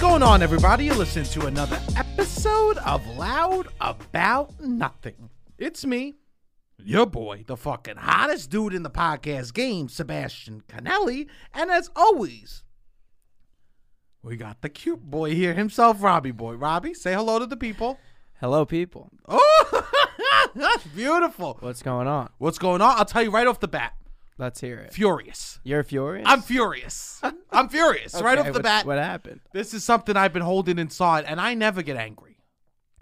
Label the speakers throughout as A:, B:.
A: going on, everybody? You listen to another episode of Loud About Nothing. It's me, your boy, the fucking hottest dude in the podcast game, Sebastian Canelli. And as always, we got the cute boy here himself, Robbie Boy. Robbie, say hello to the people.
B: Hello, people.
A: Oh, that's beautiful.
B: What's going on?
A: What's going on? I'll tell you right off the bat.
B: Let's hear it.
A: Furious.
B: You're furious.
A: I'm furious. I'm furious right off
B: Okay,
A: the
B: what-
A: bat.
B: What happened?
A: This is something I've been holding inside, and I never get angry.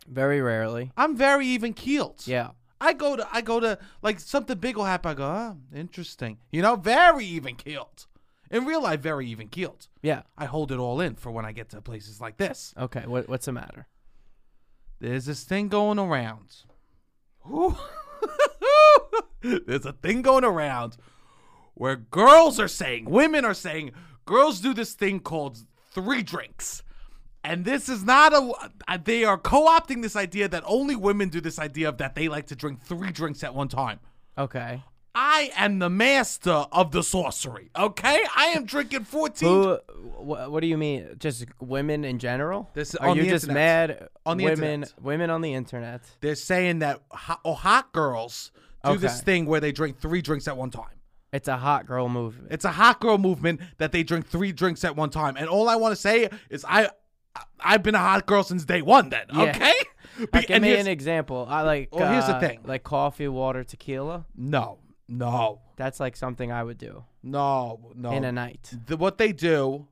B: Very rarely.
A: I'm very even keeled.
B: Yeah.
A: I go to I go to like something big will happen. I go, oh, interesting. You know, very even keeled. In real life, very even keeled.
B: Yeah.
A: I hold it all in for when I get to places like this.
B: Okay. What, what's the matter?
A: There's this thing going around. Ooh. There's a thing going around where girls are saying, women are saying, girls do this thing called three drinks. And this is not a, uh, they are co opting this idea that only women do this idea of that they like to drink three drinks at one time.
B: Okay.
A: I am the master of the sorcery, okay? I am drinking 14
B: Who? Wh- what do you mean? Just women in general?
A: This-
B: Are
A: on
B: you
A: the
B: just
A: internet.
B: mad?
A: On the
B: women,
A: internet.
B: women on the internet.
A: They're saying that hot, oh, hot girls do this
B: Okay.
A: thing where they drink three drinks at one time.
B: It's a hot girl movement.
A: It's a hot girl movement that they drink three drinks at one time. And all I want to say is I, I- I've been a hot girl since day one. Then
B: Yeah.
A: okay. Be-
B: Like, give
A: and
B: me
A: here's-
B: an example. I like.
A: Well, here's the
B: uh,
A: thing.
B: Like coffee, water, tequila.
A: no, no,
B: That's like something I would do
A: no, no.
B: in a night.
A: The- what they do,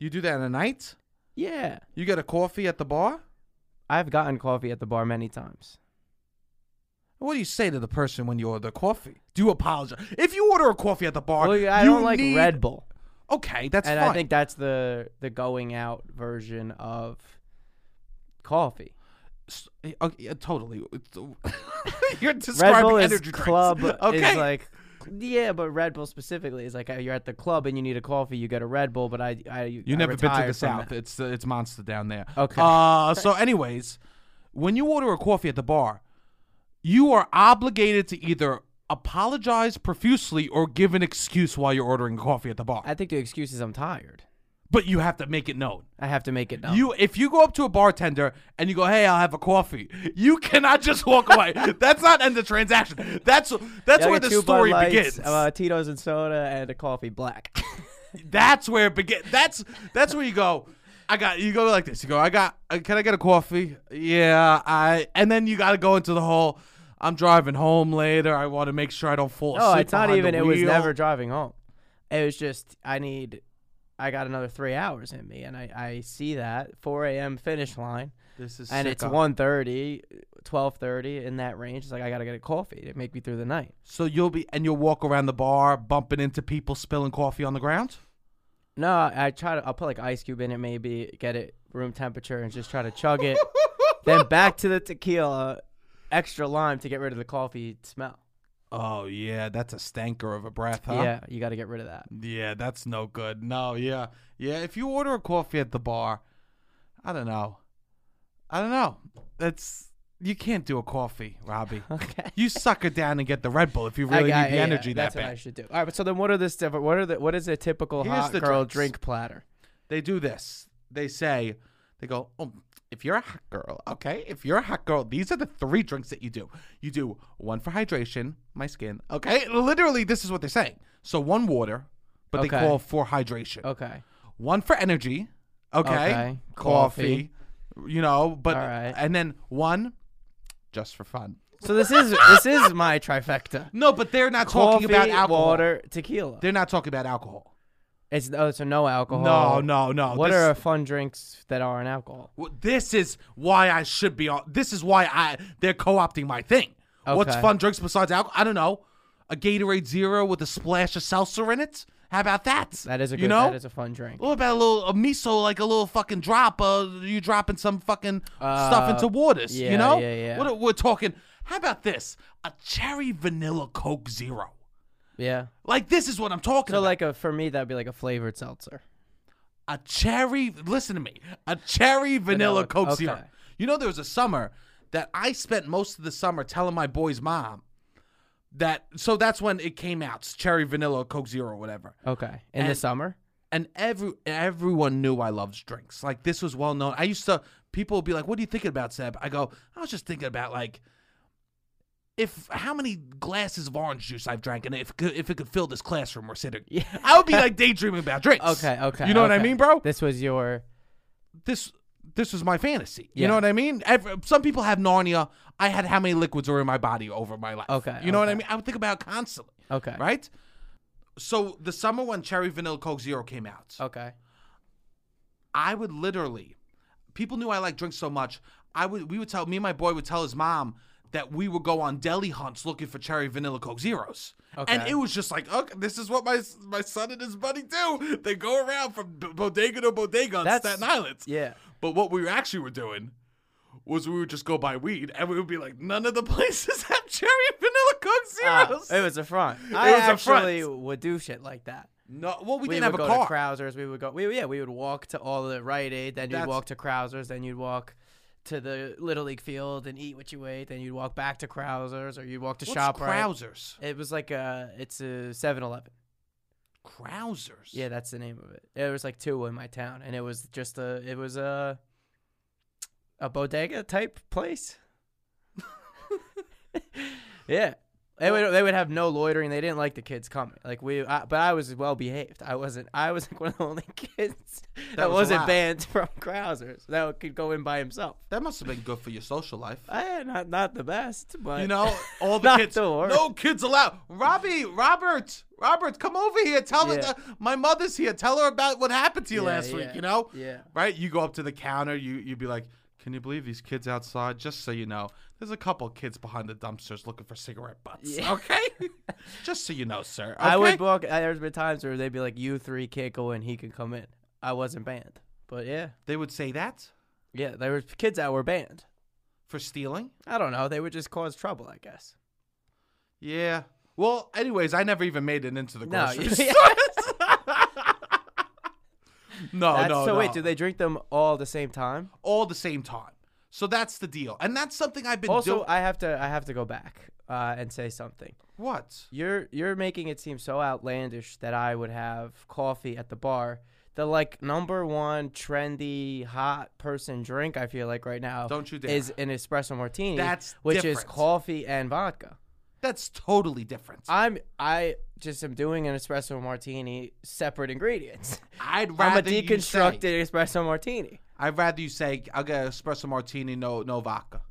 A: you do that in a night.
B: Yeah.
A: You get a coffee at the bar.
B: I've gotten coffee at the bar many times.
A: What do you say to the person when you order coffee? Do you apologize if you order a coffee at the bar?
B: Well, I
A: you
B: don't like
A: need-
B: Red Bull.
A: Okay, that's
B: and
A: fine.
B: I think that's the the going out version of coffee.
A: S- uh, yeah, totally. You're describing
B: Red Bull is
A: energy drinks.
B: club
A: Okay.
B: is like yeah, but Red Bull specifically is like uh, you're at the club and you need a coffee, you get a Red Bull. But I I
A: You've never been to the south.
B: That.
A: It's uh, it's monster down there.
B: Okay.
A: Uh, so, anyways, when you order a coffee at the bar, you are obligated to either apologize profusely or give an excuse while you're ordering coffee at the bar.
B: I think the excuse is I'm tired.
A: But you have to make it known.
B: I have to make it known.
A: You, if you go up to a bartender and you go, "Hey, I'll have a coffee," you cannot just walk away. that's not end the transaction. That's that's
B: Yeah, I
A: where
B: get
A: the
B: two Bud
A: story
B: Lights,
A: begins.
B: Uh, Tito's and soda and a coffee black.
A: That's where it begins. That's that's where you go. I got you go like this. You go. I got. uh, Can I get a coffee? Yeah. I and then you got to go into the whole. I'm driving home later. I want to make sure I don't fall asleep.
B: no, it's not
A: behind
B: Oh, even.
A: the
B: It was
A: wheel."
B: never driving home. It was just I need. I got another three hours in me, and I, I see that 4 a.m. finish line.
A: This is
B: and it's
A: sicko.
B: 1.30 12.30 in that range it's like i gotta get a coffee to make me through the night
A: So you'll be and you'll walk around the bar, bumping into people spilling coffee on the ground.
B: no i try to i'll put like ice cube in it maybe get it room temperature and just try to chug it then back to the tequila extra lime to get rid of the coffee smell
A: Oh yeah, that's a stanker of a breath, huh?
B: yeah you gotta get rid of that
A: Yeah, that's no good. No, yeah. Yeah, if you order a coffee at the bar, I don't know. I don't know. That's you can't do a coffee, Robbie.
B: okay
A: you suck it down and get the Red Bull if you really
B: I- I-
A: need the
B: yeah,
A: energy that
B: that's what I
A: bad.
B: should do. All right, but so then what are this different? What are the what is a typical
A: Here's
B: hot
A: the
B: girl
A: drinks.
B: drink platter?
A: They do this. They say they go, "Oh, if you're a hot girl, okay? If you're a hot girl, these are the three drinks that you do. You do one for hydration, my skin, okay? Literally, this is what they're saying. So one water, but they
B: Okay.
A: call for hydration.
B: Okay,
A: one for energy, okay,
B: Okay.
A: Coffee, you know, but
B: All right.
A: and then one just for fun.
B: so this is this is my trifecta.
A: No, but they're not talking about
B: Coffee,
A: alcohol.
B: water, tequila.
A: They're not talking about alcohol.
B: It's oh, so no alcohol.
A: No, no, no.
B: What
A: Oh, this,
B: are fun drinks that aren't alcohol?
A: w- this is why I should be on. This is why I they're co-opting my thing. What's
B: Okay.
A: fun drinks besides alcohol? I don't know. A Gatorade Zero with a splash of seltzer in it. How about that?
B: That is a good.
A: you know.
B: That is a fun drink.
A: what about a little a miso, like a little fucking drop? Uh, you dropping some fucking stuff
B: Uh,
A: into waters, you
B: yeah,
A: know?
B: yeah, yeah.
A: What, we're talking. How about this? A cherry vanilla Coke Zero.
B: Yeah.
A: Like this is what I'm talking
B: So
A: about.
B: like a for me that'd be like a flavored seltzer.
A: a cherry. Listen to me. A cherry vanilla,
B: Vanilla,
A: Coke
B: okay.
A: Zero. You know, there was a summer that I spent most of the summer telling my boy's mom that. So that's when it came out. Cherry vanilla Coke Zero, whatever.
B: Okay. In the
A: And-
B: summer.
A: and every everyone knew I loved drinks. Like this was well known. I used to people would be like, "What are you thinking about, Seb?" I go, "I was just thinking about like if how many glasses of orange juice I've drank, and if it could- if it could fill this classroom we're sitting."
B: Yeah.
A: I would be like daydreaming about drinks.
B: Okay, okay.
A: You know what I
B: okay.
A: mean, bro?
B: This was your
A: This this was my fantasy. You
B: Yeah.
A: know what I mean? Every, some people have Narnia. I had how many liquids were in my body over my life.
B: Okay,
A: You know what I
B: okay.
A: mean? I would think about it constantly.
B: okay.
A: Right. So the summer when Cherry Vanilla Coke Zero came out,
B: Okay.
A: I would literally, people knew I liked drinks so much. I would, we would tell me and my boy would tell his mom that we would go on deli hunts looking for cherry vanilla coke zeros. And
B: Okay.
A: it was just like, okay, this is what my my son and his buddy do. They go around from b- bodega to bodega on
B: That's-
A: Staten Island.
B: Yeah.
A: But what we actually were doing was we would just go buy weed and we would be like, none of the places have cherry vanilla coke
B: Ah,
A: zeros.
B: it was a front. I
A: was a front.
B: actually would do shit like that.
A: no, well, we,
B: We
A: didn't
B: would
A: have a
B: go
A: car.
B: to Krausers. We would go. We yeah. We would walk to all the Rite Aid. Then you'd
A: That's-
B: walk to Krausers. Then you'd walk to the Little League field and eat what you ate. Then you'd walk back to Krausers or you'd walk to
A: What's
B: Shop
A: Krausers?
B: It was like a. It's a 7-Eleven.
A: Krausers.
B: Yeah, that's the name of it. There was like two in my town, and it was just a. It was a. A bodega type place. yeah. They would, they would have no loitering. They didn't like the kids coming. Like we, I, but I was well behaved. I wasn't. I was like one of the only kids that,
A: was
B: was not
A: allowed.
B: banned from Krausers that could go in by himself.
A: That must have been good for your social life.
B: I, not not the best, but
A: You know, all the
B: Not
A: kids.
B: the worst.
A: no kids allowed. Robbie, Robert, Robert, come over here. Tell
B: Yeah.
A: her the, my mother's here. Tell her about what happened to you
B: Yeah,
A: last week.
B: yeah,
A: You know,
B: yeah.
A: right? You go up to the counter. You you'd be like, "Can you believe these kids outside?" Just so you know, there's a couple kids behind the dumpsters looking for cigarette butts.
B: Yeah.
A: Okay, just so you know, sir. Okay?
B: I would walk. There's been times where they'd be like, "You three can't go in. He can come in." I wasn't banned, but yeah.
A: They would say that
B: Yeah, there were kids that were banned.
A: for stealing.
B: I don't know. They would just cause trouble, I guess.
A: Yeah. Well, anyways, I never even made it into the
B: No,
A: grocery
B: you-
A: stores. no, Oh,
B: That's-
A: no,
B: so
A: no.
B: wait, do they drink them all the same time?
A: all the same time. So that's the deal, and that's something I've been
B: Also,
A: doing.
B: I have to I have to go back uh, and say something.
A: What?
B: You're you're making it seem so outlandish that I would have coffee at the bar. The like number one trendy hot person drink I feel like right now
A: Don't you dare.
B: is an espresso martini,
A: That's
B: which is
A: different.
B: coffee and vodka.
A: That's totally different.
B: I'm I just am doing an espresso martini separate ingredients.
A: I'd
B: I'm a
A: rather you
B: deconstructed
A: say,
B: espresso martini.
A: I'd rather you say I'll get an espresso martini, no, no vodka.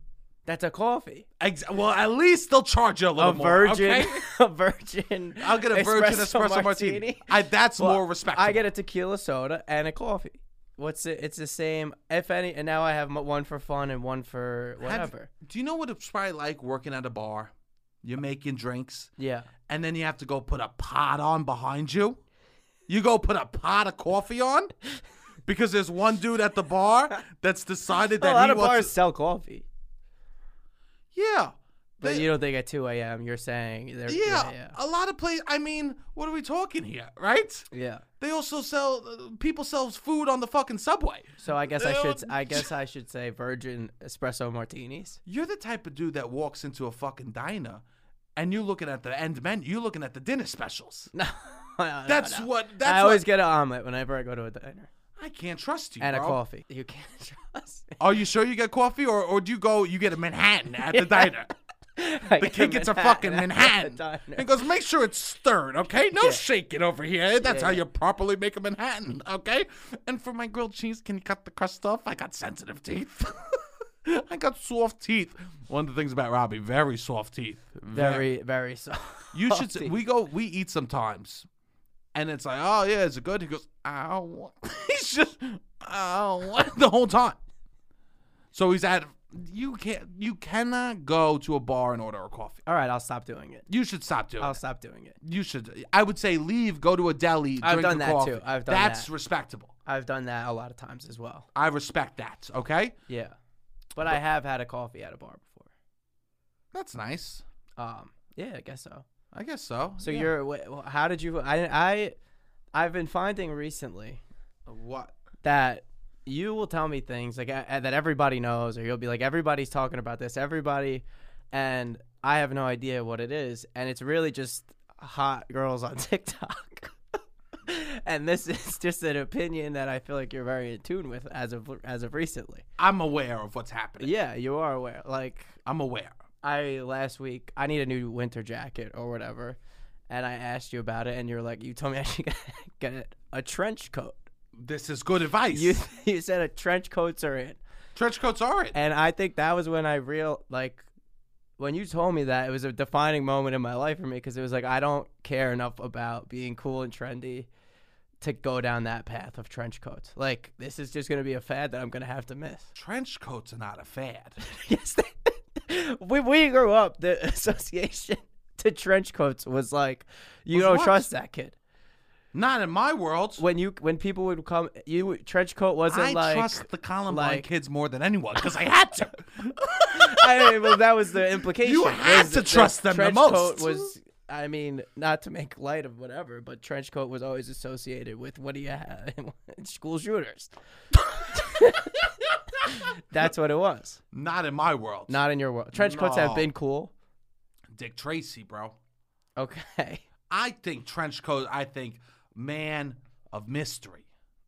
B: That's a coffee.
A: Ex- well, at least they'll charge you a little
B: A
A: more,
B: virgin,
A: okay?
B: a virgin.
A: I'll get a virgin espresso martini. I, that's
B: Well,
A: more respectful.
B: I get a tequila soda and a coffee. What's it? It's the same. If any, and now I have m- one for fun and one for
A: Have-
B: whatever.
A: Do you know what it's probably like working at a bar? You're making drinks,
B: yeah.
A: and then you have to go put a pot on behind you. You go put a pot of coffee on because there's one dude at the bar that's decided that
B: a lot
A: he
B: of
A: wants.
B: bars sell coffee,
A: Yeah,
B: but
A: They-
B: you don't think at two a.m. You're saying they're
A: yeah,
B: yeah yeah
A: A lot of places. I mean, what are we talking here, right?
B: yeah.
A: They also sell uh, people sells food on the fucking subway.
B: So I guess I should s-
A: Dude.
B: I guess I should say virgin espresso martinis.
A: You're the type of dude that walks into a fucking diner, and you're looking at the end menu. You're looking at the dinner specials.
B: No, no, no,
A: That's
B: no.
A: what. That's
B: I always
A: what,
B: get an omelet whenever I go to a diner
A: I can't trust you.
B: and a
A: bro.
B: coffee. You can't trust. me.
A: Are you sure you get coffee, or or do you go? You get a Manhattan at the diner.
B: I
A: The
B: get
A: kid gets a fucking
B: at
A: Manhattan.
B: the diner.
A: He goes, make sure it's stirred, okay? No shaking over here. That's
B: Yeah,
A: how
B: yeah.
A: you properly make a Manhattan, okay? And for my grilled cheese, can you cut the crust off? I got sensitive teeth. I got soft teeth. One of the things about Robbie, very soft teeth.
B: Very, very soft.
A: You should. s- We go. We eat sometimes, and it's like, oh yeah, is it good? He goes, ow. he's just, ow, the whole time. So he's at. You can't. You cannot go to a bar and order a coffee.
B: All right, I'll stop doing it.
A: You should stop doing.
B: I'll
A: it.
B: stop doing it.
A: You should. I would say leave. Go to a deli.
B: I've
A: drink
B: done
A: a
B: that,
A: coffee.
B: too. I've done
A: That's
B: that.
A: respectable.
B: I've done that a lot of times as well.
A: I respect that. Okay,
B: Yeah, but, I have had a coffee at a bar before.
A: that's nice.
B: Um, yeah, I guess so.
A: I guess so.
B: So
A: Yeah.
B: you're. wh- wh- How did you? I, I, I've been finding recently
A: what?
B: that you will tell me things like a- that everybody knows, or you'll be like, everybody's talking about this, everybody, and I have no idea what it is, and it's really just hot girls on TikTok. and this is just an opinion that I feel like you're very in tune with as of as of recently.
A: I'm aware of what's happening.
B: Yeah, you are aware. Like
A: I'm aware.
B: I last week, I need a new winter jacket or whatever, and I asked you about it, and you're like, you told me I should get- get a trench coat.
A: This is good advice.
B: You you said a trench coats are in,
A: Trench coats are it.
B: and I think that was when I real like. When you told me that, it was a defining moment in my life for me because it was like I don't care enough about being cool and trendy to go down that path of trench coats. Like this is just gonna be a fad that I'm gonna have to miss.
A: Trench coats are not a fad.
B: yes, they, when we grew up, the association to trench coats was like, you
A: Was
B: don't
A: what?
B: trust that kid.
A: Not in my world.
B: When you when people would come, you would- trench coat wasn't
A: I
B: like.
A: trust the Columbine
B: like-
A: kids more than anyone because I had to.
B: I mean, well, that was the implication.
A: had
B: was
A: to
B: that
A: trust them the
B: trench
A: most.
B: Coat was, I mean, not to make light of whatever, but trench coat was always associated with what do you have? School shooters. That's what it was.
A: not in my world.
B: Not in your world. Trench coats have
A: No.
B: been cool.
A: Dick Tracy, bro.
B: Okay.
A: I think trench coat. I think man of mystery,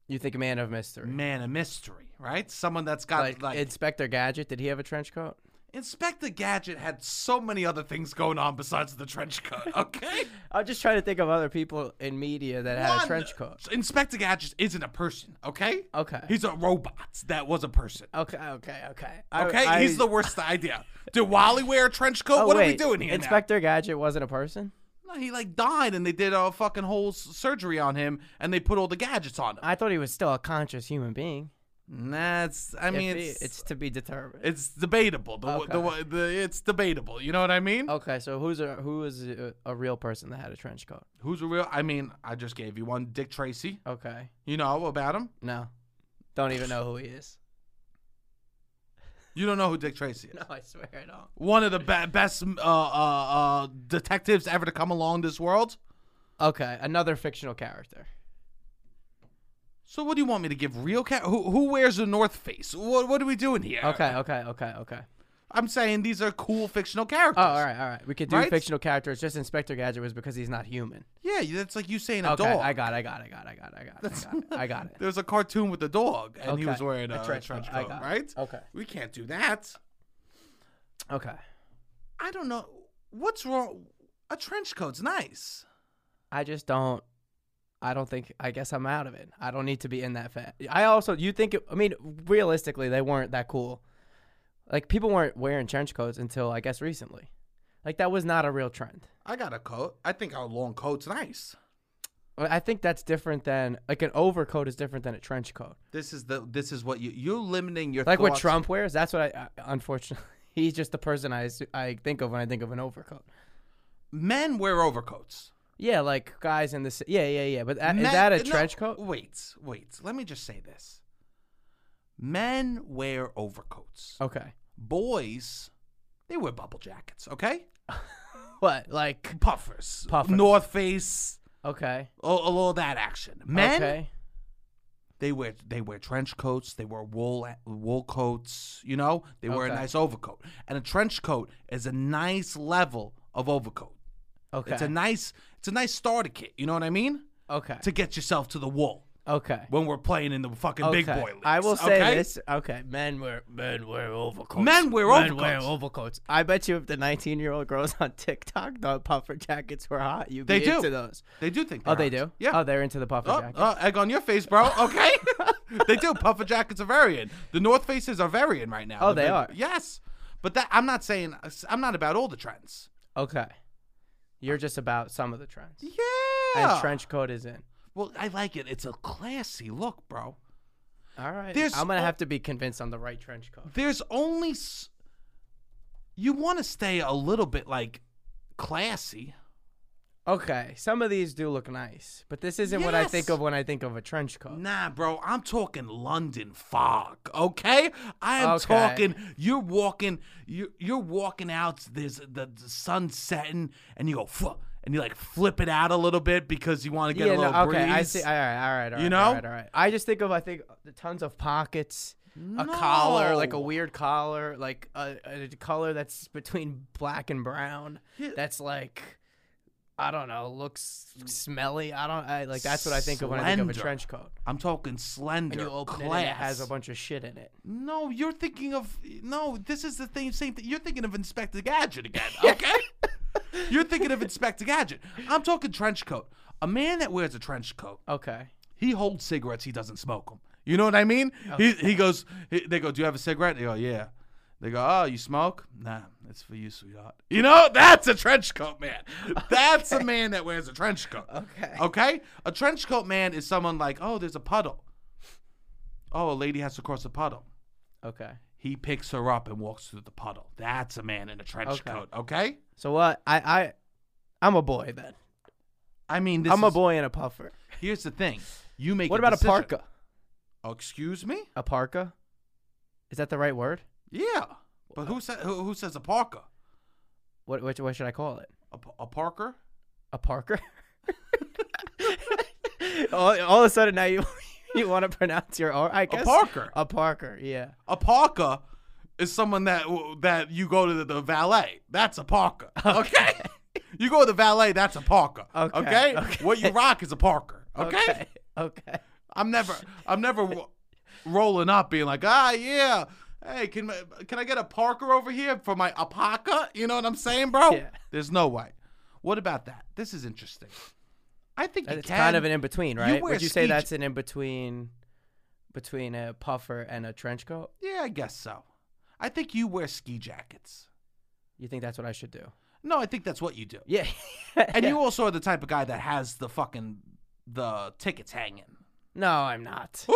B: You think man of mystery.
A: man of mystery, right? Someone that's got
B: like,
A: like,
B: Inspector Gadget, did he have a trench coat?
A: Inspector Gadget had so many other things going on besides the trench coat. Okay,
B: I'm just trying to think of other people in media that had a
A: One-
B: trench coat. Uh,
A: Inspector Gadget isn't a person. Okay,
B: Okay.
A: he's a robot that was a person.
B: okay, okay, okay. Uh, I-
A: Okay,
B: I-
A: he's the worst idea. Did Wally wear a trench coat?
B: Oh,
A: what are we
B: wait,
A: doing here? now?
B: Inspector Gadget wasn't a person?
A: No, he like died, and they did a fucking whole s- surgery on him, and they put all the gadgets on him.
B: I thought he was still a conscious human being.
A: That's, I
B: If
A: mean,
B: he-
A: it's, it's
B: to be determined.
A: debatable. The, w- the,
B: Okay.
A: w- the it's debatable. You know what I mean?
B: okay, so who's a who is a, a real person that had a trench coat?
A: Who's a real? I mean, I just gave you one, Dick Tracy.
B: Okay,
A: You know about him?
B: no, don't even know who he is.
A: You don't know who Dick Tracy is?
B: No, I swear I don't.
A: One of the be- best uh, uh, uh, detectives ever to come along this world.
B: Okay, another fictional character.
A: So what do you want me to give real cat? Who, who wears a North Face? What what are we doing here?
B: Okay, okay, okay, okay.
A: I'm saying these are cool fictional characters.
B: Oh, all right, all right. We could do
A: Right?
B: fictional characters. Just Inspector Gadget was because he's not human.
A: Yeah, that's like you saying a
B: Okay,
A: dog.
B: I got, it, I got, it, I got, it, I got, it, I got, it, I got, it, I got it.
A: There was a cartoon with a dog, and he
B: Okay.
A: was wearing
B: A
A: a,
B: trench
A: trench,
B: coat.
A: coat,
B: I got it.
A: right?
B: Okay.
A: We can't do that.
B: Okay.
A: I don't know what's wrong. A trench coat's nice.
B: I just don't. I don't think. I guess I'm out of it. I don't need to be in that fat. I also. You think? It, I mean, realistically, they weren't that cool. Like people weren't wearing trench coats until I guess recently. Like that was not a real trend.
A: I got a coat. I think our long coat's nice.
B: But I think that's different than like an overcoat is different than a trench coat.
A: This is the this is what you you're limiting your
B: Like what
A: thoughts.
B: Trump wears. That's what I. I unfortunately, he's just the person I assu- I think of when I think of an overcoat.
A: Men wear overcoats.
B: Yeah, like guys in the ci- yeah yeah yeah. But that, is
A: Men-
B: that a
A: no,
B: trench coat?
A: Wait, wait. Let me just say this. Men wear overcoats.
B: Okay.
A: Boys, they wear bubble jackets. Okay,
B: What like
A: puffers,
B: Puffers.
A: North Face,
B: okay
A: all, all that action. Men,
B: okay
A: they wear they wear trench coats, they wear wool wool coats, you know? They wear
B: Okay.
A: a nice overcoat. And a trench coat is a nice level of overcoat.
B: okay
A: It's a nice it's a nice starter kit, you know what I mean?
B: okay
A: To get yourself to the wall
B: Okay.
A: when we're playing in the fucking big
B: Okay.
A: boy leagues.
B: I will say
A: okay?
B: this. Okay, men wear men wear overcoats.
A: Men wear
B: wear
A: overcoats.
B: overcoats. I bet you if the 19 year old girls on TikTok thought puffer jackets were hot, you'd
A: They
B: be
A: do.
B: into those.
A: They do think
B: Oh, they
A: they're
B: do.
A: hot. Yeah.
B: Oh, they're into the puffer
A: Oh,
B: jacket.
A: oh, egg on your face, bro. Okay, they do. Puffer jackets are varying. The North Faces are varying right now.
B: Oh,
A: The
B: they
A: big-
B: are.
A: Yes, but that I'm not saying. I'm not about all the trends.
B: Okay. You're just about some of the trends.
A: Yeah.
B: And trench coat is in.
A: Well, I like it. It's a classy look, bro.
B: All right.
A: There's
B: I'm gonna
A: al-
B: have to be convinced on the right trench coat.
A: There's only s- you want to stay a little bit like classy.
B: Okay. Some of these do look nice, but this isn't what I think
A: Yes.
B: of when I think of a trench coat.
A: Nah, bro, I'm talking London fog, okay? I am
B: Okay.
A: talking. You're walking. You're, you're walking out. There's the, the sun setting, and you go, "Fuck," and you like flip it out a little bit because you want to get
B: yeah,
A: a little
B: no, okay,
A: breeze.
B: I see. All right, all right, all right.
A: You
B: all
A: know?
B: right, all right. I just think of I think the tons of pockets, a collar, like
A: No.
B: a weird collar, like a, a color that's between black and brown. That's like I don't know, looks smelly. I don't I, like that's what I think of when I think of a
A: Slender.
B: trench coat.
A: I'm talking slender.
B: And you open
A: class.
B: it and it has a bunch of shit in it.
A: No, you're thinking of no. This is the thing, same thing. You're thinking of Inspector Gadget again, okay? you're thinking of Inspector Gadget. I'm talking trench coat. A man that wears a trench coat,
B: Okay.
A: he holds cigarettes. He doesn't smoke them. You know what I mean? He he goes. He, they go, "Do you have a cigarette?" They go, "Yeah." They go, "Oh, you smoke?" Nah, it's for you, sweetheart. You know, that's a trench coat man. That's a man that wears a trench coat.
B: Okay.
A: Okay? A trench coat man is someone like, oh, there's a puddle. Oh, a lady has to cross a puddle.
B: Okay.
A: He picks her up and walks through the puddle. That's a man in a trench
B: Okay.
A: coat, okay?
B: So what? I I I'm a boy then.
A: I mean, this
B: I'm a
A: is-
B: boy in a puffer.
A: Here's the thing. You make
B: What about a
A: decision.
B: parka?
A: Oh, excuse me?
B: A parka? Is that the right word?
A: Yeah. But who, sa- who, who says a parker?
B: What what, what should I call it?
A: A, p- a parker?
B: A parker? all, all of a sudden now you you want to pronounce your R I guess
A: parker.
B: A parker, yeah.
A: A parker is someone that w- that you go to the, the valet. That's a parker, okay? you go to the valet, that's a parker,
B: Okay,
A: okay?
B: okay.
A: What you rock is a parker, okay?
B: Okay. okay.
A: I'm never, I'm never ro- rolling up being like, ah, yeah, hey, can my- can I get a Parker over here for my apaca? You know what I'm saying, bro?
B: Yeah.
A: There's no way. What about that? This is interesting. I think you
B: It's
A: can.
B: kind of an in between, right?
A: wear
B: Would you say
A: ski-
B: that's an in between between a puffer and a trench coat?
A: yeah, I guess so. I think you wear ski jackets.
B: You think that's what I should do?
A: No, I think that's what you do.
B: Yeah.
A: And you also are the type of guy that has the fucking the tickets hanging.
B: No, I'm not.
A: Woo!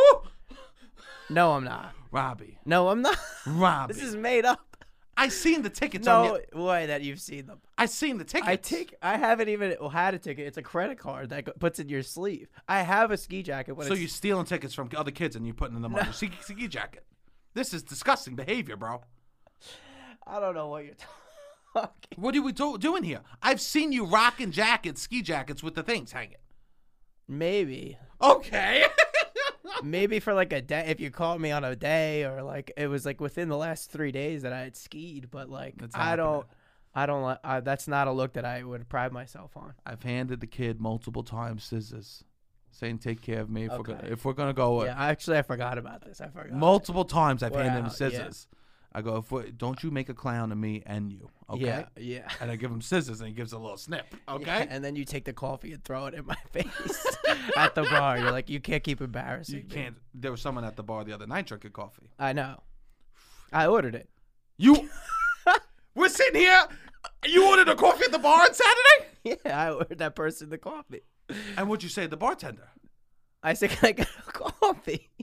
B: No, I'm not.
A: Robbie,
B: No, I'm not.
A: Robbie,
B: This is made up.
A: I seen the tickets on
B: No
A: you.
B: way that you've seen them.
A: I seen the tickets.
B: I take. I haven't even had a ticket. It's a credit card that go- puts in your sleeve. I have a ski jacket. But
A: So
B: it's,
A: you're stealing tickets from other kids and you're putting them on your ski, ski jacket. This is disgusting behavior, bro.
B: I don't know what you're talking.
A: What are we do- doing here? I've seen you rocking jackets, ski jackets with the things hanging.
B: Maybe,
A: Okay.
B: maybe for like a day. If you called me on a day or like it was like within the last three days that I had skied, but like
A: That's
B: I
A: happening.
B: don't. I don't like. I- That's not a look that I would pride myself on.
A: I've handed the kid multiple times scissors, saying, "Take care of me if we're
B: Okay.
A: gonna, if we're gonna go."
B: Yeah, actually, I forgot about this. I forgot.
A: Multiple times I've handed him
B: Wow, yeah.
A: scissors. I go, if we, "Don't you make a clown of me and you?" Okay.
B: Yeah, yeah.
A: And I give him scissors, and he gives a little snip. Okay.
B: And then you take the coffee and throw it in my face at the bar. You're like, you can't keep embarrassing
A: You
B: me.
A: can't. There was someone at the bar the other night drinking coffee.
B: I know. I ordered it.
A: You. We're sitting here. You ordered a coffee at the bar on Saturday?
B: Yeah, I ordered that person the coffee.
A: And what'd you say to the bartender?
B: I said, "Can I get a coffee?"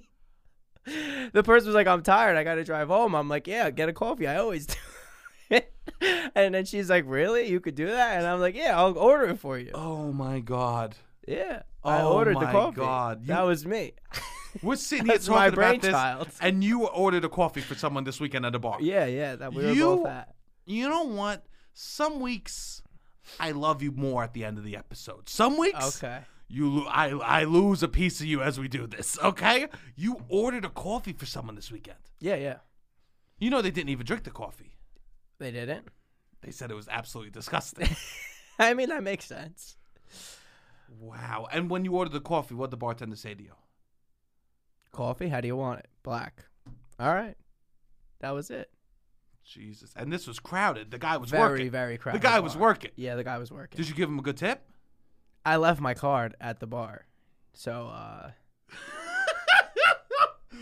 B: The person was like, "I'm tired. I got to drive home." I'm like, "Yeah, get a coffee. I always do." and then she's like, "Really? You could do that?" And I'm like, "Yeah, I'll order it for you."
A: Oh my God.
B: Yeah, I
A: Oh
B: ordered
A: my
B: the coffee.
A: God,
B: That
A: you-
B: was me.
A: We're sitting here
B: That's my
A: talking about this.
B: brainchild.
A: And you ordered a coffee for someone this weekend at the bar.
B: yeah, yeah, that we were
A: You-
B: both at.
A: You know what? Some weeks I love you more at the end of the episode. Some weeks
B: Okay.
A: you lo- I, I lose a piece of you as we do this, okay? You ordered a coffee for someone this weekend.
B: Yeah, yeah.
A: You know they didn't even drink the coffee.
B: They didn't.
A: They said it was absolutely disgusting.
B: I mean, that makes sense.
A: wow. And when you ordered the coffee, what did the bartender say to you?
B: Coffee, how do you want it? Black. All right. That was it.
A: Jesus. And this was crowded. The guy was
B: Very,
A: working.
B: very crowded.
A: The guy was
B: bar.
A: working.
B: Yeah, the guy was working.
A: Did you give him a good tip?
B: I left my card at the bar. So uh,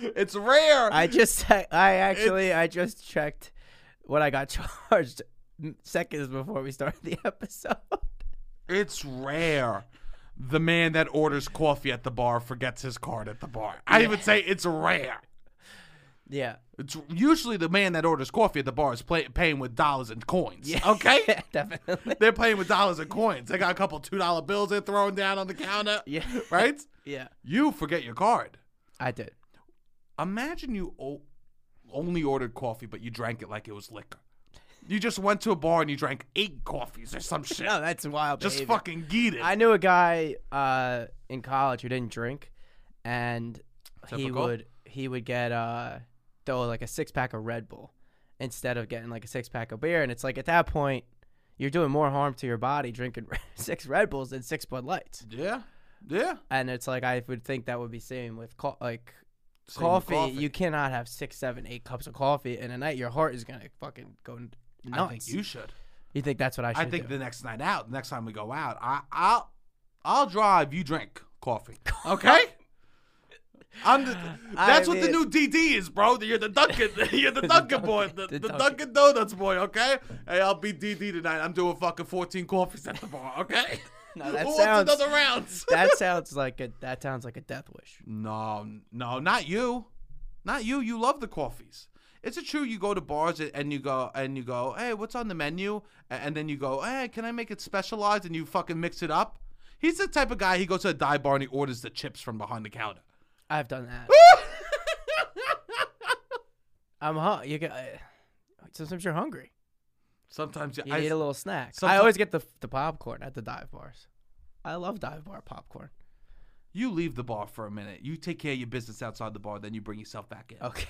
A: it's rare.
B: I just, I actually, I just checked what I got charged m- seconds before we started the episode.
A: it's rare. The man that orders coffee at the bar forgets his card at the bar. I would say it's rare.
B: yeah.
A: It's usually the man that orders coffee at the bar is play, paying with dollars and coins. Okay,
B: Yeah, definitely.
A: they're paying with dollars and coins. They got a couple two dollar bills they're throwing down on the counter.
B: Yeah.
A: right.
B: Yeah.
A: You forget your card.
B: I did.
A: Imagine you o- only ordered coffee, but you drank it like it was liquor. You just went to a bar and you drank eight coffees or some shit.
B: No, that's wild.
A: just
B: behavior.
A: fucking get it.
B: I knew a guy uh, in college who didn't drink, and he
A: Typical.
B: would he would get uh, though like a six pack of Red Bull instead of getting like a six pack of beer, and it's like at that point you're doing more harm to your body drinking six Red Bulls than six Bud Lights.
A: Yeah. Yeah.
B: And it's like I would think that would be same with co- like
A: Same with
B: coffee. You cannot have six, seven, eight cups of coffee in a night. Your heart is gonna fucking go nuts.
A: I think you should.
B: You think that's what I
A: I
B: should
A: think
B: do?
A: the next night out, the next time we go out, I, I'll I'll drive. You drink coffee, okay? I'm the,
B: I
A: that's what the
B: mean-
A: new DD is, bro. You're the Dunkin', you're the Dunkin' boy, the,
B: Dunkin',
A: the,
B: the
A: Dunkin' Donuts boy, okay? Hey, I'll be DD tonight. I'm doing fucking 14 coffees at the bar, okay?
B: No, that
A: Who
B: sounds-
A: wants another rounds?
B: that sounds like a that sounds like a death wish.
A: No, no, not you. Not you. You love the coffees. Is it true you go to bars a- and you go and you go, hey, what's on the menu? A- And then you go, hey, can I make it specialized? And you fucking mix it up. He's the type of guy he goes to a dive bar and he orders the chips from behind the counter.
B: I've done that. I'm hungry. You get sometimes you're hungry.
A: Sometimes
B: You
A: I,
B: need a little snack. I
A: sometime-
B: always get the the popcorn at the dive bars. I love dive bar popcorn.
A: you leave the bar for a minute. You take care of your business outside the bar, then you bring yourself back in.
B: Okay.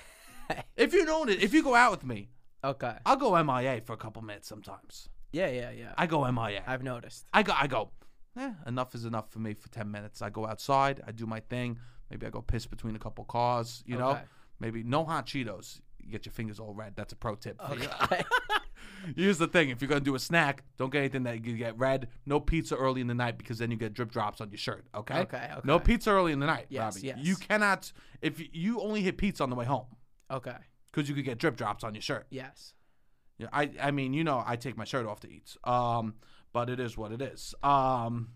A: If you know it, if you go out with me,
B: okay.
A: I'll go MIA for a couple minutes sometimes.
B: Yeah, yeah, yeah.
A: I go MIA.
B: I've noticed.
A: I go, I go, eh, enough is enough for me for 10 minutes. I go outside, I do my thing. Maybe I go piss between a couple cars, you know?
B: Okay.
A: Maybe no hot Cheetos. You get your fingers all red. That's a pro tip. for you.
B: Okay.
A: Here's the thing if you're going to do a snack, don't get anything that you get red. No pizza early in the night because then you get drip drops on your shirt, okay?
B: Okay,
A: No
B: okay.
A: pizza early in the night,
B: Yes,
A: Robbie.
B: yes.
A: You cannot, if you, you only hit pizza on the way home
B: okay.
A: because you could get drip drops on your shirt.
B: Yes.
A: Yeah, I I mean, you know, I take my shirt off to eat. Um, but it is what it is. Um,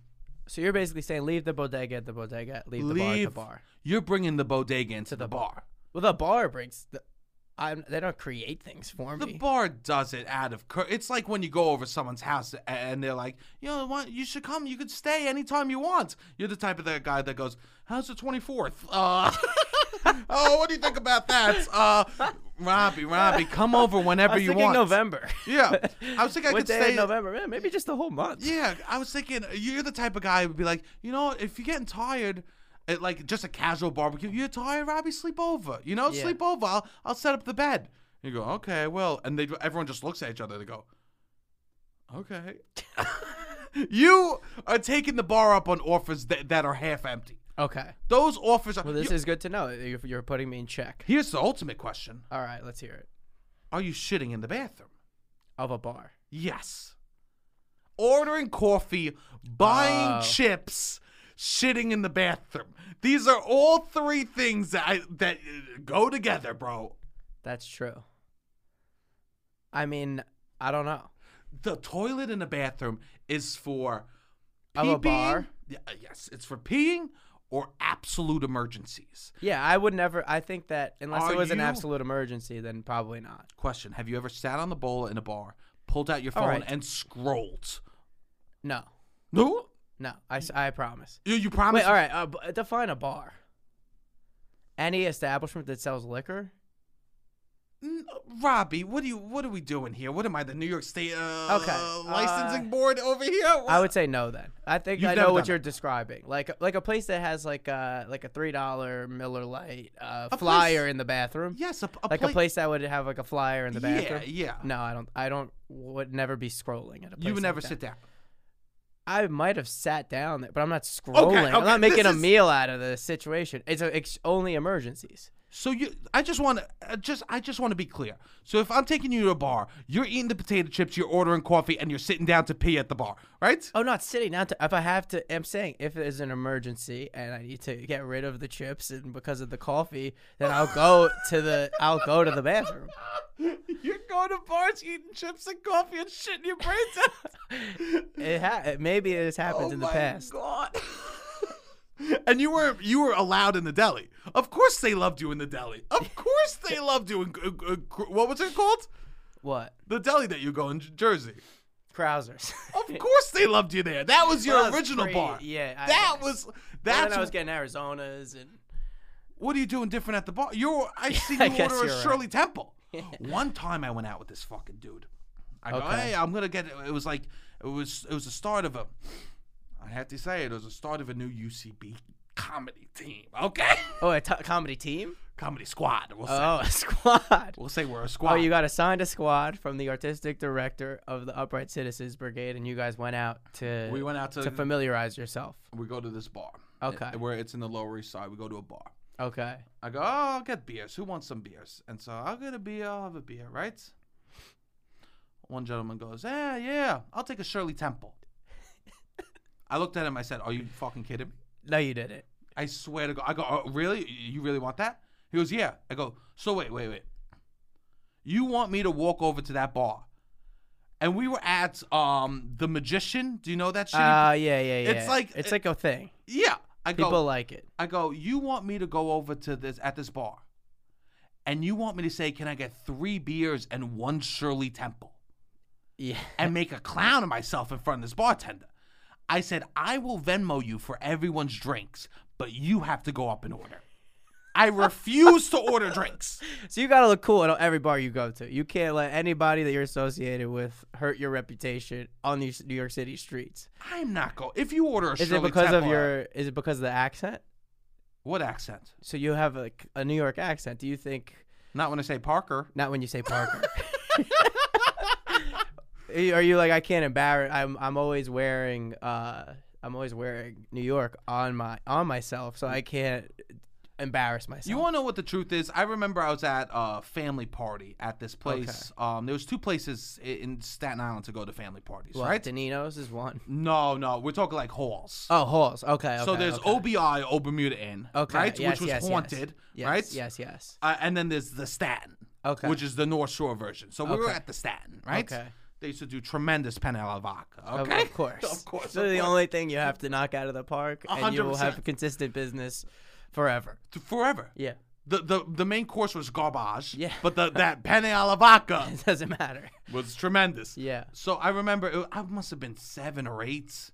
B: So you're basically saying leave the bodega at the bodega, leave, the bar at the
A: Leave-
B: bar.
A: You're bringing the bodega into the,
B: the
A: bar.
B: Well, the bar brings the. I'm, they don't create things for
A: The
B: me.
A: bar does it out of cur- it's like when you go over someone's house a- and they're like, you know what, you should come, you could stay anytime you want. You're the type of that guy that goes, how's the 24th? Uh, oh, what do you think about that? Uh, Robbie, Robbie, come over whenever
B: I was
A: you
B: thinking
A: want.
B: November.
A: Yeah, I was thinking I
B: What
A: could
B: day
A: stay.
B: in November? Yeah, maybe just the whole month.
A: Yeah, I was thinking uh, you're the type of guy who would be like, you know, if you're getting tired, at like just a casual barbecue, you're tired, Robbie, sleep over. You know,
B: Yeah.
A: sleep over. I'll, I'll set up the bed. You go, okay, well, and they everyone just looks at each other. They go, okay. you are taking the bar up on offers that, that are half empty.
B: Okay.
A: Those offers are.
B: Well, this
A: you-
B: is good to know. You're, you're putting me in check.
A: here's the ultimate question:
B: All right, let's hear it.
A: Are you shitting in the bathroom?
B: Of a bar.
A: Yes. Ordering coffee, buying
B: Oh.
A: chips, shitting in the bathroom. These are all three things that I, that uh, go together, bro.
B: That's true. I mean, I don't know.
A: The toilet in the bathroom is for
B: Of a
A: peeing-
B: bar?
A: Yeah, uh, yes, it's for peeing or absolute emergencies.
B: Yeah, I would never. I think that unless
A: Are
B: it was an
A: you-
B: absolute emergency, then probably not.
A: Question: Have you ever sat on the bowl in a bar, pulled out your
B: All
A: phone,
B: right.
A: and scrolled?
B: No,
A: No.
B: no. I, s- I promise.
A: You, you promise?
B: Wait, all right. Uh, b- define a bar. Any establishment that sells liquor.
A: N- Robbie, what do you? What are we doing here? What am I, the New York State uh,
B: Okay,
A: licensing
B: uh,
A: board over here?
B: I would say no. Then I think
A: You've
B: I
A: never
B: know what
A: done
B: you're
A: that.
B: describing. Like uh, like a place that has like a like a three dollar Miller Lite uh,
A: place-
B: flyer in the bathroom.
A: yes, a, a
B: like
A: pla-
B: a place that would have like a flyer in the
A: Yeah,
B: bathroom.
A: yeah.
B: No, I don't. I don't. Would never be scrolling at a. Place
A: You would
B: like
A: never
B: that.
A: sit down.
B: I might have sat down there, but I'm not scrolling. I'm
A: okay,
B: not making
A: this
B: a
A: is-
B: meal out of the situation. It's, a, it's only emergencies.
A: So you, I just want to, just I just want to be clear. So if I'm taking you to a bar, you're eating the potato chips, you're ordering coffee, and you're sitting down to pee at the bar, right?
B: Oh, not sitting down. To, if I have to, I'm saying if it is an emergency and I need to get rid of the chips and because of the coffee, then I'll go to the I'll go to the bathroom.
A: you're going to bars, eating chips and coffee, and shitting your brains out.
B: It ha- it- maybe it has happened in the past.
A: god. and you were you were allowed in the deli. Of course they loved you in the deli. Of course they loved you in uh, uh, what was it called?
B: What?
A: The deli that you go in J- Jersey.
B: Trousers.
A: Of course they loved you there. That was your
B: Well, that was
A: original
B: pre-
A: bar.
B: yeah, I
A: that
B: guess.
A: was
B: Well,
A: that's
B: then I was getting Arizonas and
A: what are you doing different at the bar? You're I see you
B: I guess
A: order a
B: you're right.
A: Shirley Temple. One time I went out with this fucking dude. I go,
B: Okay.
A: hey, I'm gonna get. It was like it was it was the start of a. I have to say it was the start of a new UCB comedy team, okay?
B: Oh, a t- comedy team?
A: comedy squad. We'll say.
B: Oh, a squad.
A: We'll say we're a
B: Oh,
A: squad.
B: you got assigned a squad from the artistic director of the Upright Citizens Brigade, and you guys went out to
A: we went out to,
B: to familiarize yourself.
A: we go to this bar.
B: Okay.
A: Uh, Where it's in the Lower East Side. We go to a bar.
B: Okay.
A: I go, oh, I'll get beers. Who wants some beers? And so I'll get a beer. I'll have a beer, right? One gentleman goes, yeah, yeah, I'll take a Shirley Temple. I looked at him. I said, are you fucking kidding me?
B: No, you didn't.
A: I swear to God. I go, oh, really? You really want that? He goes, yeah. I go, so wait, wait, wait. You want me to walk over to that bar? And we were at um the magician. Do you know that shit?
B: Uh, yeah, yeah, yeah.
A: It's like-
B: it's like a thing.
A: yeah. I go.
B: People like it.
A: I go. You want me to go over to this at this bar, and you want me to say, can I get three beers and one Shirley Temple,
B: Yeah.
A: and make a clown of myself in front of this bartender? I said, I will Venmo you for everyone's drinks, but you have to go up and order. I refuse to order drinks.
B: So you gotta look cool at every bar you go to. You can't let anybody that you're associated with hurt your reputation on these New York City streets.
A: I'm not going. If you order a
B: Is
A: Shirley
B: it because of
A: Temple-
B: your? Is it because of the accent?
A: what accent?
B: So you have a, a New York accent. Do you think?
A: Not when I say Parker.
B: Not when you say Parker. Are you- Are you like I can't embarrass? I'm I'm always wearing uh I'm always wearing New York on my on myself, so I can't embarrass myself.
A: You want to know what the truth is? I remember I was at a family party at this place. Um, there was two places i- in Staten Island to go to family parties,
B: well,
A: right?
B: Danino's is one.
A: No, no, we're talking like halls.
B: Oh, halls. Okay. okay
A: so there's
B: okay.
A: OBI, Old Bermuda Inn,
B: Okay,
A: right,
B: yes,
A: which was
B: yes, yes.
A: haunted,
B: Yes,
A: right?
B: Yes. Yes.
A: Uh, and then there's the Staten,
B: Okay.
A: which is the North Shore version. So we were
B: Okay.
A: at the Staten, right?
B: Okay.
A: They used to do tremendous Panela vodka.
B: Of-
A: Okay,
B: Of course.
A: of course,
B: So
A: of
B: the
A: course.
B: only thing you have to knock out of the park,
A: A
B: and you
A: hundred
B: will have
A: percent.
B: consistent business forever.
A: forever.
B: Yeah.
A: The, the the main course was garbage.
B: Yeah.
A: But the, that Panela vodka
B: It doesn't matter.
A: was tremendous.
B: Yeah.
A: So I remember it, I must have been seven or eight,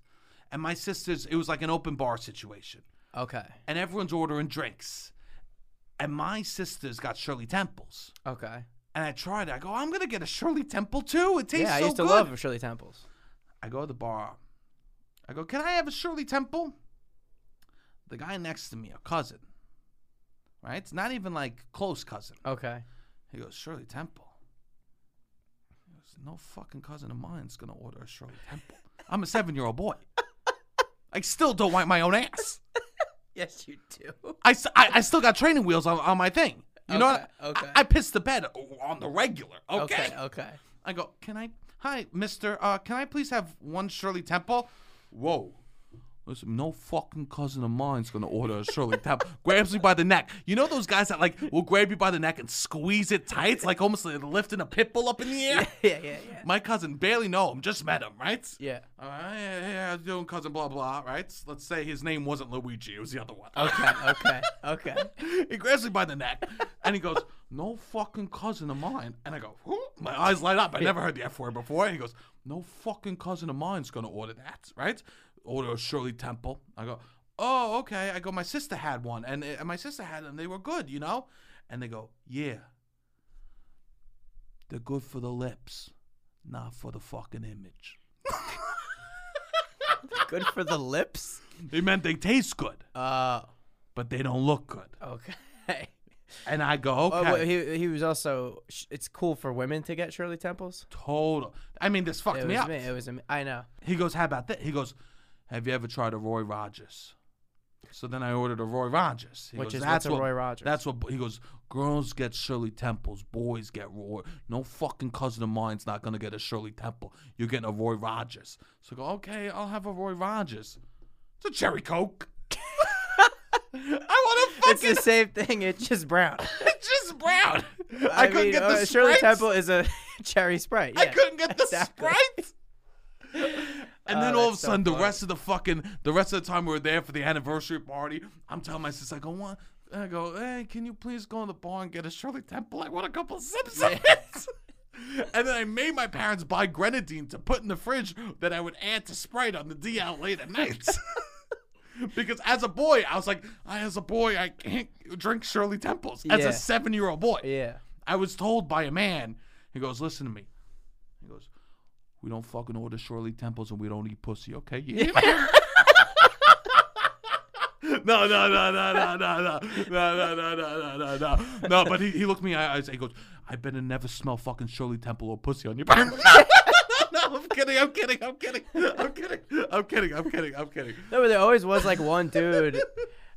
A: and my sisters. It was like an open bar situation,
B: Okay.
A: and everyone's ordering drinks, and my sisters got Shirley Temples,
B: Okay.
A: and I tried. it. I go, I'm gonna get a Shirley Temple too. It tastes
B: yeah, I
A: so
B: used to
A: good.
B: love Shirley Temples.
A: I go to the bar. I go, can I have a Shirley Temple? The guy next to me, a cousin, right? It's not even like close cousin.
B: Okay.
A: He goes, Shirley Temple. He goes, no fucking cousin of mine's gonna order a Shirley Temple. I'm a seven year old boy. I still don't wipe my own ass.
B: Yes, you do.
A: I, s- I- I still got training wheels on, on my thing. You know what?
B: Okay, okay.
A: I, I piss the bed on the regular. Okay.
B: Okay. Okay.
A: I go, can I? Hi, Mister. Uh, can I please have one Shirley Temple? Whoa. Listen, no fucking cousin of mine's gonna order a Shirley Temple. Grabs me by the neck. You know those guys that like will grab you by the neck and squeeze it tight, like almost like lifting a pit bull up in the air.
B: Yeah. Yeah. Yeah.
A: My cousin barely know him, just met him, right?
B: Yeah.
A: All right, yeah, yeah, yeah, how's it doing cousin blah blah, right? Let's say his name wasn't Luigi, it was the other one.
B: Okay. Okay. Okay.
A: he grabs me by the neck and he goes, No fucking cousin of mine. And I go, Who? My eyes light up. I never heard the F word before. And he goes, No fucking cousin of mine's going to order that, right? Order a Shirley Temple. I go, Oh, okay. I go, My sister had one. And, uh, and my sister had them. They were good, you know? And they go, Yeah. They're good for the lips, not for the fucking image.
B: Good for the lips.
A: They meant they taste good,
B: Uh.
A: but they don't look good.
B: Okay.
A: And I go,
B: Oh,
A: Okay.
B: wait, he he was also. sh- It's cool for women to get Shirley Temples.
A: total. I mean, this fucked
B: It
A: me
B: was
A: up.
B: me. It was me. I know.
A: He goes, How about that? He goes, Have you ever tried a Roy Rogers? So then I ordered a Roy Rogers. He
B: Which
A: goes,
B: is
A: That's
B: what's a
A: what,
B: Roy Rogers?"
A: That's what he goes, Girls get Shirley Temples, boys get Roy. No fucking cousin of mine's not gonna get a Shirley Temple. You're getting a Roy Rogers. So I go, Okay, I'll have a Roy Rogers. It's a cherry coke. I want a
B: It's
A: fucking
B: the same thing. It's just brown.
A: it's just brown. I,
B: I,
A: couldn't
B: mean,
A: get the
B: uh, Shirley
A: Sprite.
B: Temple is a cherry sprite.
A: I
B: yeah.
A: couldn't get the
B: exactly.
A: sprite. And
B: Oh,
A: then all of a
B: that's so
A: sudden, the
B: funny.
A: rest of the fucking, the rest of the time we were there for the anniversary party, I'm telling my sister, I go, "What?" I go, hey, can you please go in the bar and get a Shirley Temple? I want a couple sips of it. and then I made my parents buy grenadine to put in the fridge that I would add to Sprite on the DL late at night. because as a boy, I was like, I, as a boy, I can't drink Shirley Temples. As
B: Yeah.
A: a seven year old boy.
B: Yeah.
A: I was told by a man. He goes, listen to me. He goes, we don't fucking order Shirley Temples and we don't eat pussy. Okay, yeah. no, no, no, no, no, no, no, no, no, no, no, no, no, no. No, but he, he looked me in the eyes. He goes, I better never smell fucking Shirley Temple or pussy on your No, no, I'm kidding. I'm kidding. I'm kidding. I'm kidding. I'm kidding. I'm kidding. I'm kidding.
B: No, but there always was like one dude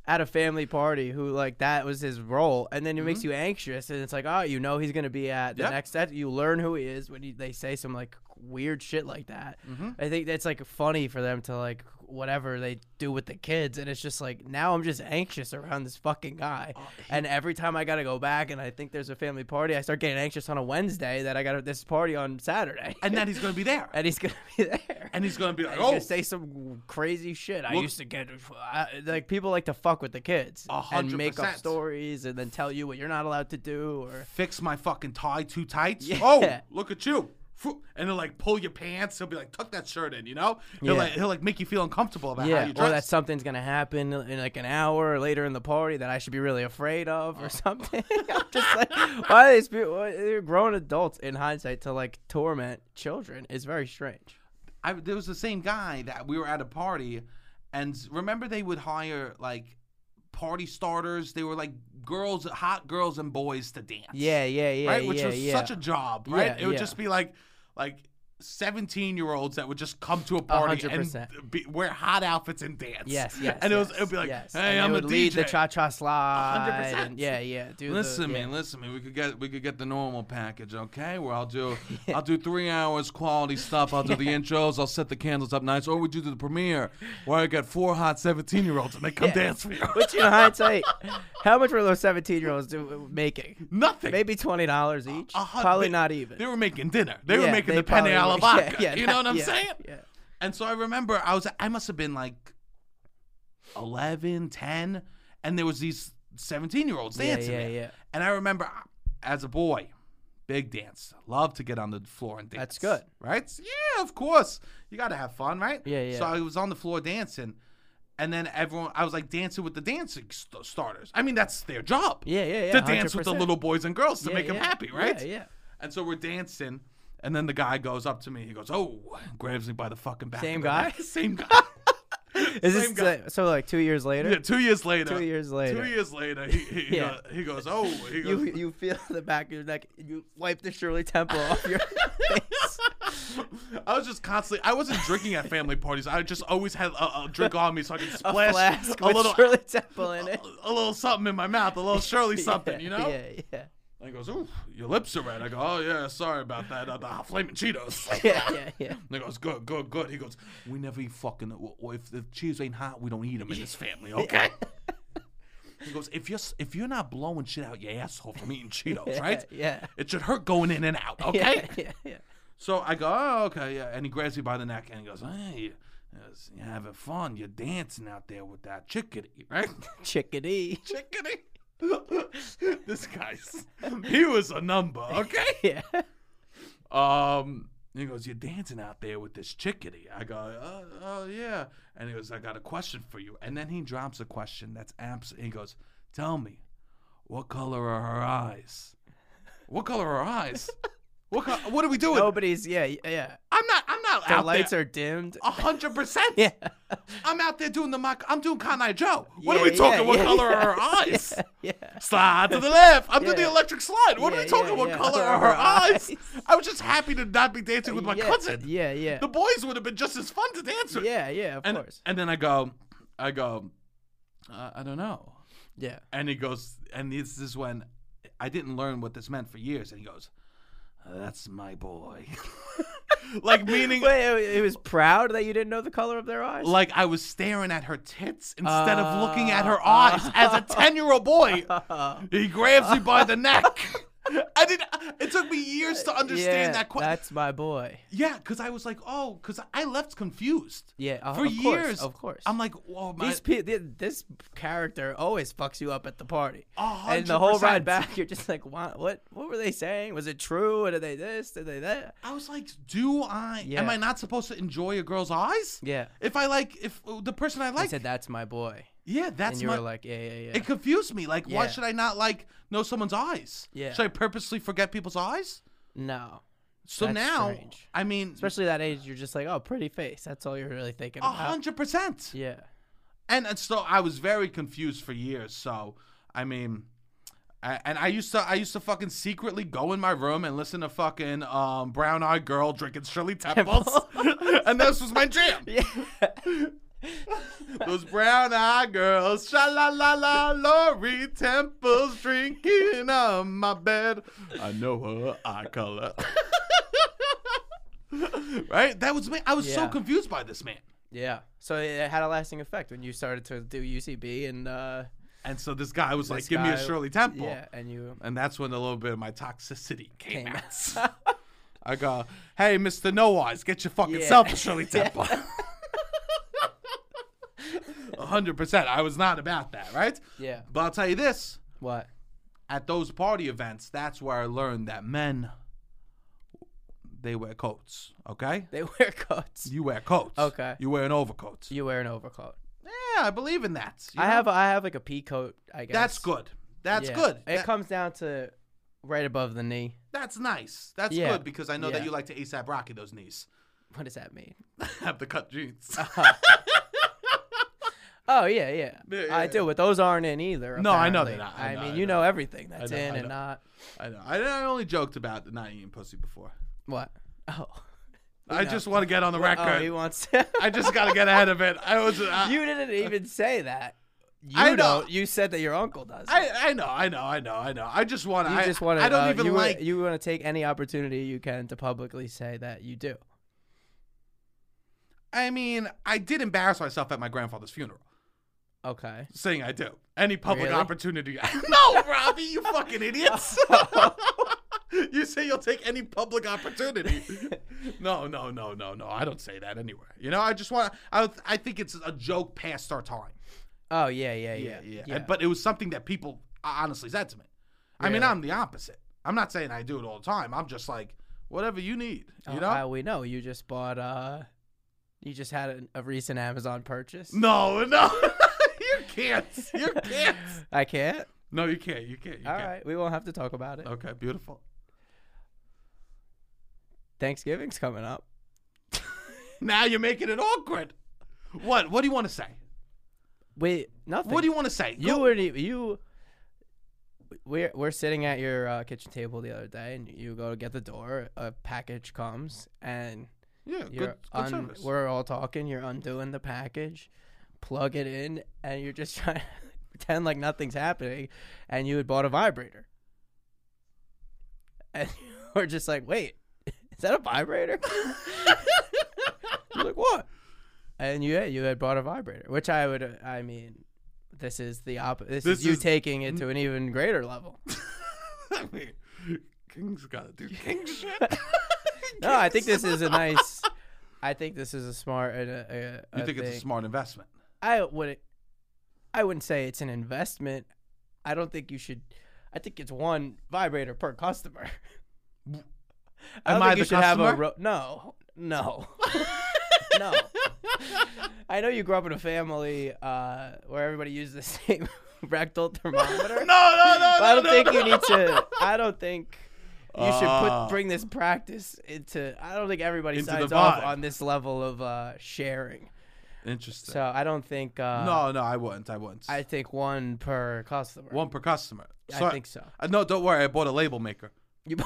B: at a family party who like that was his role, and then it makes you anxious, and it's like, oh, you know, he's gonna be at
A: Mm-hmm.
B: the
A: Yeah.
B: next set. You learn who he is when you, they say some like weird shit like that.
A: Mm-hmm.
B: I think that's like funny for them to like whatever they do with the kids, and it's just like now I'm just anxious around this fucking guy,
A: Oh,
B: and every time I gotta go back and I think there's a family party, I start getting anxious on a Wednesday that I got this party on Saturday,
A: And then he's gonna be there.
B: and he's gonna be there.
A: And he's gonna be like,
B: He's
A: oh,
B: gonna say some crazy shit. I
A: Look-
B: used to get I, like people like to fuck with the kids
A: A
B: and
A: hundred
B: make up
A: percent.
B: stories and then tell you what you're not allowed to do. Or
A: fix my fucking tie too tight.
B: Yeah.
A: Oh, look at you. Phew. And he'll like pull your pants. He'll be like, tuck that shirt in, you know? He'll
B: Yeah.
A: like he'll like make you feel uncomfortable about how
B: yeah, Oh,
A: you dress.
B: or that something's gonna happen in like an hour or later in the party that I should be really afraid of or something. I'm just like, why are these people? why- They're grown adults in hindsight to like torment children is very strange.
A: I, there was the same guy that we were at a party, and remember they would hire like party starters. They were like girls, hot girls and boys to dance.
B: Yeah, yeah, yeah,
A: right, which
B: yeah,
A: was
B: yeah.
A: such a job. Right,
B: Yeah,
A: it would
B: yeah.
A: just be like like seventeen year olds that would just come to a party and
B: 100%.
A: be, wear hot outfits and dance.
B: Yes, yes.
A: and it was
B: yes,
A: it would be like,
B: yes.
A: hey,
B: and they
A: I'm
B: would
A: a
B: lead
A: DJ.
B: the cha-cha slide. and-
A: 100%.
B: yeah, yeah. Do the-
A: Listen,
B: yeah.
A: man. Listen, man. We could get we could get the normal package, okay? Where I'll do I'll do three hours quality stuff. I'll do the intros. I'll set the candles up nice. Or we do the premiere where I get four hot seventeen year olds and they come
B: Yeah.
A: dance for you.
B: Which, in hindsight, how much were those 17 year olds do, making?
A: Nothing.
B: Maybe $20 each?
A: A hun-
B: Probably
A: they-
B: not even.
A: They were making dinner. They were
B: Yeah,
A: making
B: they
A: the penne
B: probably
A: alla
B: were-
A: vodka.
B: yeah, yeah,
A: you know what I'm
B: yeah,
A: saying?
B: Yeah.
A: And so I remember I was I must have been like 11, 10, and there was these 17 year olds
B: Yeah,
A: dancing.
B: yeah,
A: there.
B: yeah.
A: And I remember as a boy, big dance. Love to get on the floor and dance.
B: That's good.
A: Right? Yeah, of course. You got to have fun, right?
B: Yeah, yeah.
A: So I was on the floor dancing. And then everyone, I was like dancing with the dancing st- starters. I mean, that's their job.
B: Yeah, yeah, yeah,
A: To dance with the
B: 100%.
A: little boys and girls to
B: Yeah,
A: make them
B: yeah.
A: happy, right?
B: Yeah, yeah.
A: And so we're dancing, and then the guy goes up to me. He goes, "Oh," and grabs me by the fucking back.
B: Same
A: of the
B: guy?
A: neck. Same guy.
B: Is this
A: Same guy.
B: the- so, like, two years later?
A: Yeah, two years later.
B: Two years later.
A: Two years later, he, he,
B: Yeah.
A: go- he goes, "Oh," he goes,
B: You, you feel the back of your neck. and You wipe the Shirley Temple off your face.
A: I was just constantly. I wasn't drinking at family parties. I just always had a, a drink on me so I could
B: A
A: splash
B: flask
A: a
B: with
A: little,
B: Shirley Temple in it.
A: a little something in my mouth, a little Shirley something,
B: Yeah,
A: you know.
B: Yeah, yeah.
A: And he goes, "Ooh, your lips are red." I go, "Oh yeah, sorry about that. Uh, the flaming Cheetos."
B: Yeah, yeah, yeah.
A: And he goes, good, good, good. He goes, we never eat fucking. w- w- If the cheese ain't hot, we don't eat them in this family, okay? he goes, if you're s- if you're not blowing shit out your asshole from eating Cheetos, right?
B: yeah.
A: It should hurt going in and out, okay?
B: Yeah, yeah,
A: So I go, oh, okay, yeah. And he grabs me by the neck and he goes, hey, yes, you're having fun. You're dancing out there with that chickadee, right?
B: yeah. Chickadee.
A: chickadee. this guy's he was a number, okay?
B: Yeah.
A: Um, he goes, "You're dancing out there with this chickadee." I go, "Oh, oh yeah." And he goes, "I got a question for you." And then he drops a question that's abs. He goes, "Tell me, what color are her eyes? What color are her eyes? what co- What are we doing?
B: Nobody's, yeah, yeah.
A: I'm not. I'm not
B: The
A: out
B: lights
A: there.
B: are dimmed.
A: A hundred percent.
B: Yeah.
A: I'm out there doing the mock. I'm doing Kanai Joe. What are
B: Yeah,
A: we
B: yeah,
A: talking? what
B: yeah,
A: color are her
B: yeah,
A: eyes?
B: Yeah.
A: Slide to the left. I'm doing
B: Yeah.
A: the electric slide. What are
B: Yeah,
A: we talking?
B: yeah,
A: what
B: yeah.
A: color are her eyes? I was just happy to not be dancing with my
B: yeah,
A: cousin.
B: Yeah, yeah.
A: The boys would have been just as fun to dance with.
B: yeah, yeah, of
A: and,
B: course.
A: And then I go, I go, uh, I don't know.
B: Yeah.
A: And he goes, and this is when I didn't learn what this meant for years. And he goes, that's my boy. like meaning,
B: Wait, it- it was proud that you didn't know the color of their eyes?
A: like I was staring at her tits instead of looking at her
B: Uh,
A: eyes as a ten-year-old boy.
B: Oh,
A: He grabs me by the neck. I did. It took me years to understand
B: yeah,
A: that question.
B: That's my boy.
A: yeah, because I was like, oh, because I left confused.
B: Yeah, uh,
A: for
B: of course,
A: years.
B: of course.
A: I'm like, oh my.
B: These pe- thi- this character always fucks you up at the party.
A: A hundred
B: And the whole
A: percent.
B: ride back, you're just like, what, what? What were they saying? Was it true? What did they this? Did they that?
A: I was like, do I?
B: Yeah.
A: Am I not supposed to enjoy a girl's eyes?
B: Yeah.
A: If I like, if uh, the person I
B: I
A: like,
B: said, that's my boy.
A: yeah, that's
B: And you
A: my.
B: were like, yeah, yeah, yeah.
A: it confused me. Like, why
B: Yeah.
A: should I not like know someone's eyes?
B: Yeah.
A: Should I purposely forget people's eyes?
B: no.
A: So
B: That's
A: now,
B: strange.
A: I mean,
B: Especially that age, you're just like, oh, pretty face. That's all you're really thinking
A: a
B: about.
A: hundred percent.
B: Yeah.
A: and and so I was very confused for years. So I mean, I, and I used to I used to fucking secretly go in my room and listen to fucking um, Brown Eyed Girl drinking Shirley Temples, and this was my jam.
B: Yeah.
A: Those brown eyed girls, sha la la la, Lori Temples drinking on my bed. I know her eye color. right? That was me. I was so
B: Yeah.
A: confused by this man.
B: yeah. So it had a lasting effect when you started to do UCB and uh,
A: And so this guy was like,
B: This
A: give me a
B: guy-
A: Shirley Temple.
B: yeah, and you
A: And that's when a little bit of my toxicity came,
B: came
A: out.
B: out.
A: I go, hey, Mr. No Eyes, get your fucking
B: Yeah.
A: self a Shirley Temple. A 100%. I was not about that, right?
B: yeah.
A: But I'll tell you this
B: What?
A: at those party events, that's where I learned that men, they wear coats, okay?
B: They wear coats.
A: You wear coats.
B: Okay.
A: You wear an overcoat.
B: You wear an overcoat.
A: yeah, I believe in that. you
B: I
A: know?
B: have I have like a pea coat. I guess
A: That's good. That's
B: Yeah.
A: good.
B: It
A: That-
B: comes down to right above the knee.
A: that's nice. That's
B: Yeah.
A: good because I know that
B: Yeah.
A: you like to ASAP Rocky those knees.
B: What does that mean?
A: have the cut jeans.
B: Oh yeah, yeah,
A: Yeah, yeah,
B: I do, but those aren't in either.
A: No, I know they're
B: apparently.
A: not. I
B: I,
A: know,
B: mean,
A: I
B: you know, everything that's
A: know,
B: in
A: I
B: and
A: know.
B: not
A: I know. I, I only joked about not eating pussy before.
B: what. Oh,
A: I just want to get on the
B: oh,
A: record.
B: he wants. to.
A: I just got to get ahead of it. I was. I,
B: you didn't even say that. You
A: Uh, I know.
B: don't. You said that your uncle does.
A: I, I know. I know. I know. I know. I just want to.
B: you
A: I,
B: just want to.
A: I don't even
B: you
A: like.
B: Wanna, you want to take any opportunity you can to publicly say that you do.
A: I mean, I did embarrass myself at my grandfather's funeral,
B: Okay.
A: saying I do. Any public
B: Really?
A: opportunity. no, Robbie, you fucking idiots. you say you'll take any public opportunity. no, no, no, no, no. I don't say that anywhere. You know, I just want. I, I think it's a joke past our time.
B: Oh yeah, yeah, yeah,
A: And- but it was something that people honestly said to me. I mean,
B: Really?
A: I'm the opposite. I'm not saying I do it all the time. I'm just like, whatever you need. You
B: Oh,
A: know?
B: uh, we know you just bought. uh You just had a, a recent Amazon purchase.
A: No, no. you can't. You can't.
B: I can't.
A: No, you can't. You can't. You
B: All
A: can't.
B: right, we won't have to talk about it.
A: Okay, beautiful.
B: Thanksgiving's coming up.
A: Now you're making it awkward. What? What do you want to say?
B: Wait, nothing.
A: What do you want to say?
B: You were you. We're we're sitting at your uh, kitchen table the other day, and you go to get the door. A package comes, and
A: yeah, good,
B: you're
A: good
B: un-
A: service.
B: we're all talking. You're undoing the package, plug it in, and you're just trying to pretend like nothing's happening. And you had bought a vibrator, and we're just like, "Wait, is that a vibrator?" You're like, "What?" And you you had bought a vibrator, which I would, uh, I mean, this is the opposite. This,
A: This
B: is you
A: is-
B: taking it to an even greater level.
A: I mean, King's gotta do king shit.
B: No, I think this is a nice. I think this is a smart. and a, a,
A: You
B: a
A: think it's
B: thing.
A: a smart investment?
B: I wouldn't. I wouldn't say it's an investment. I don't think you should. I think it's one vibrator per customer. I
A: Am
B: don't
A: I
B: think you
A: the
B: should have a
A: customer?
B: ro- no, no, no. I know you grew up in a family uh, where everybody used the same rectal thermometer.
A: No, no, no, no.
B: I don't
A: no,
B: think
A: no.
B: you need to. I don't think you should
A: Ah.
B: put bring this practice into. I don't think everybody
A: Into the
B: signs off
A: vibe.
B: on this level of uh, sharing.
A: Interesting.
B: So I don't think. Uh,
A: no, no, I wouldn't. I wouldn't.
B: I think one per customer.
A: One per customer.
B: I think so.
A: Uh, no, don't worry. I bought a label maker.
B: You-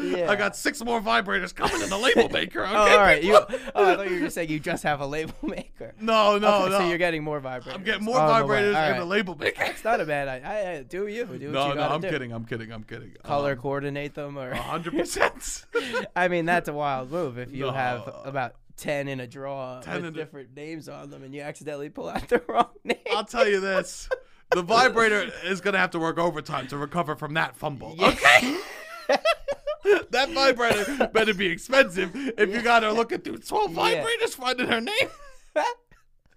B: yeah.
A: I got six more vibrators coming in the label maker. Okay?
B: Oh, all right. You. Oh, I thought you were just saying you just have a label maker.
A: No, no,
B: Okay,
A: no.
B: So you're getting more vibrators.
A: I'm getting more
B: on the way.
A: vibrators
B: All
A: and a
B: right.
A: label maker.
B: It's not a bad idea. I, I, do you do what
A: No,
B: you
A: no,
B: gotta
A: I'm
B: do.
A: kidding. I'm kidding. I'm kidding. Um,
B: Color coordinate them, or
A: hundred percent.
B: I mean, that's a wild move if you have
A: No.
B: about ten in a draw
A: 10
B: with
A: in a-
B: different names on them, and you accidentally pull out the wrong name.
A: I'll tell you this: the vibrator is gonna have to work overtime to recover from that fumble.
B: okay.
A: That vibrator better be expensive if you got her looking through twelve
B: Yeah.
A: vibrators finding her name.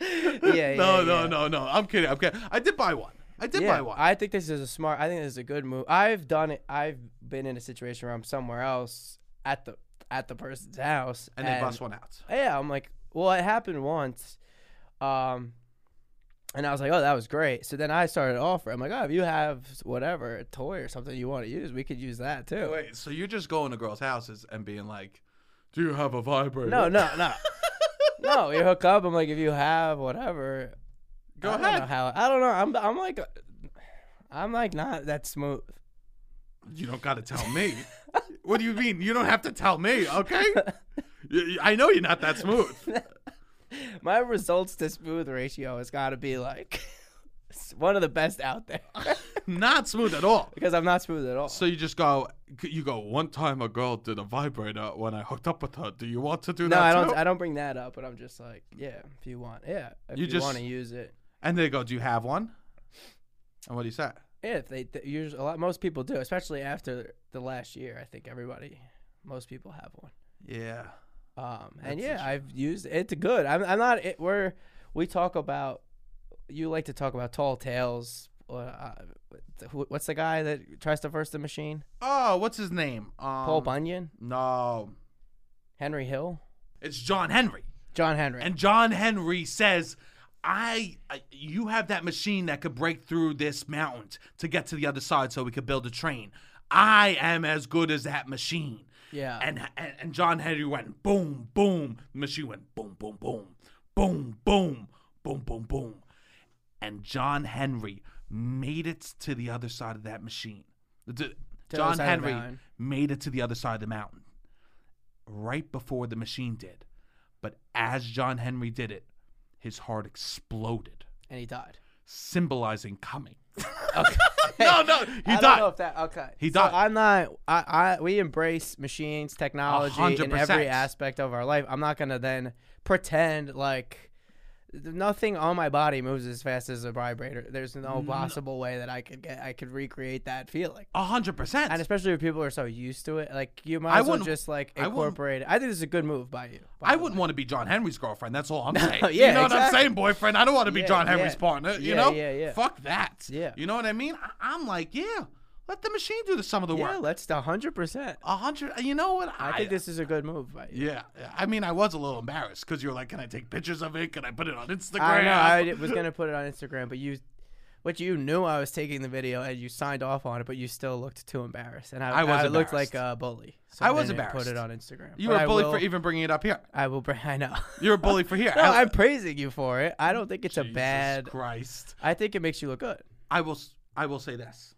B: yeah,
A: no,
B: yeah,
A: no,
B: yeah.
A: no, no. I'm kidding. I'm kidding. I did buy one. I did buy one.
B: I think this is a smart. I think this is a good move. I've done it. I've been in a situation where I'm somewhere else at the at the person's house,
A: and they bust one out.
B: Yeah, I'm like, well, it happened once, um, and I was like, oh, that was great. So then I started to offer. I'm like, oh, if you have whatever a toy or something you want to use, we could use that too.
A: Wait, so you're just going to girls' houses and being like, Do you have a vibrator?
B: No, no, no. no, you hook up. I'm like, if you have whatever,
A: Go
B: I Don't know
A: ahead.
B: how, I don't know. I'm, I'm like, I'm like not that smooth.
A: You don't got to tell me. what do you mean? You don't have to tell me, okay? You- you- I know you're not that smooth.
B: My results to smooth ratio has got to be like it's one of the best out there
A: Not smooth at all.
B: because I'm not smooth at all.
A: So you just go, you go. One time a girl did a vibrator when I hooked up with her. Do you want to do
B: no,
A: that
B: I
A: too?
B: don't. I don't bring that up, but I'm just like, yeah, if you want, yeah, if
A: You
B: you,
A: just-
B: want to use it,
A: and they go, do you have one? And what do you say?
B: yeah. If they th- usually a lot, most people do, especially after the last year. I think everybody, most people have one.
A: Yeah.
B: Um,
A: That's
B: and
A: the
B: yeah, I've used it's good. I'm, I'm not. It, we're we talk about. You like to talk about tall tales. Or, uh, wh- what's the guy that tries to verse the machine?
A: Oh, what's his name? Um,
B: Paul Bunyan,
A: No,
B: Henry Hill,
A: it's John Henry.
B: John Henry.
A: And John Henry says, I, I you have that machine that could break through this mountain to get to the other side so we could build a train. I am as good as that machine.
B: yeah,
A: And, and and John Henry went boom, boom. The machine went boom, boom, boom, boom, boom, boom, boom, boom. And John Henry made it to the other side of that machine. The-
B: the
A: John
B: other side of the
A: Henry
B: mountain.
A: made it to the other side of the mountain right before the machine did. But as John Henry did it, his heart exploded,
B: and he died.
A: symbolizing coming.
B: Okay.
A: no, no,
B: I
A: he
B: don't know
A: died.
B: if that okay.
A: He
B: So
A: died.
B: I'm not. I, I we embrace machines, technology in
A: 100%.
B: every aspect of our life. I'm not gonna then pretend like nothing on my body moves as fast as a vibrator. There's no possible way that I could get. I could recreate that feeling.
A: A hundred percent.
B: And especially if people are so used to it, like you might
A: I
B: as well
A: wouldn't-
B: just like
A: I wouldn't-
B: incorporate. it. I think this is a good move by you. by
A: I
B: the way.
A: wouldn't want to be John Henry's girlfriend. That's all I'm saying. you
B: yeah,
A: know what I'm
B: exactly.
A: saying, boyfriend. I don't want to be
B: Yeah,
A: John Henry's
B: yeah.
A: partner. You
B: Yeah,
A: know,
B: yeah, yeah.
A: fuck that.
B: Yeah.
A: you know what I mean. I- I'm like, yeah, let the machine do the some of the
B: Yeah,
A: work.
B: let's hundred percent.
A: A hundred. You know what?
B: I think this is a good move by you.
A: Yeah, I mean, I was a little embarrassed because you were like, "Can I take pictures of it? Can I put it on Instagram?"
B: I know. I d- was gonna put it on Instagram, but you, but you knew I was taking the video and you signed off on it, but you still looked too embarrassed, and I,
A: I was
B: I looked like
A: embarrassed.
B: a bully. So
A: I was
B: didn't Put it
A: embarrassed.
B: on Instagram.
A: you
B: But
A: were a
B: I
A: bully
B: will,
A: for even bringing it up here.
B: I will. br- I know.
A: You're a bully for here.
B: no,
A: I-
B: I'm praising you for it. I don't think it's a
A: Jesus
B: bad.
A: Christ.
B: I think it makes you look good.
A: I will. s- I will say this.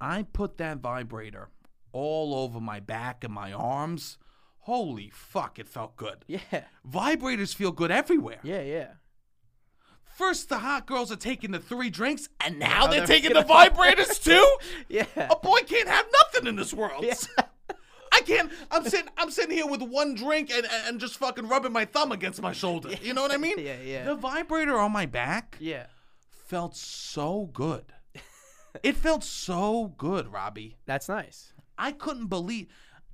A: I put that vibrator all over my back and my arms. Holy fuck! It felt good.
B: Yeah.
A: Vibrators feel good everywhere.
B: Yeah. Yeah.
A: First, the hot girls are taking the three drinks, and now they're,
B: they're
A: taking the
B: gonna-
A: vibrators too.
B: Yeah.
A: A boy can't have nothing in this world. I can't. I'm sitting. I'm sitting here with one drink and and and just fucking rubbing my thumb against my shoulder. You know what I mean?
B: Yeah, yeah.
A: The vibrator on my back.
B: Yeah.
A: felt so good. it felt so good, Robbie.
B: That's nice.
A: I couldn't believe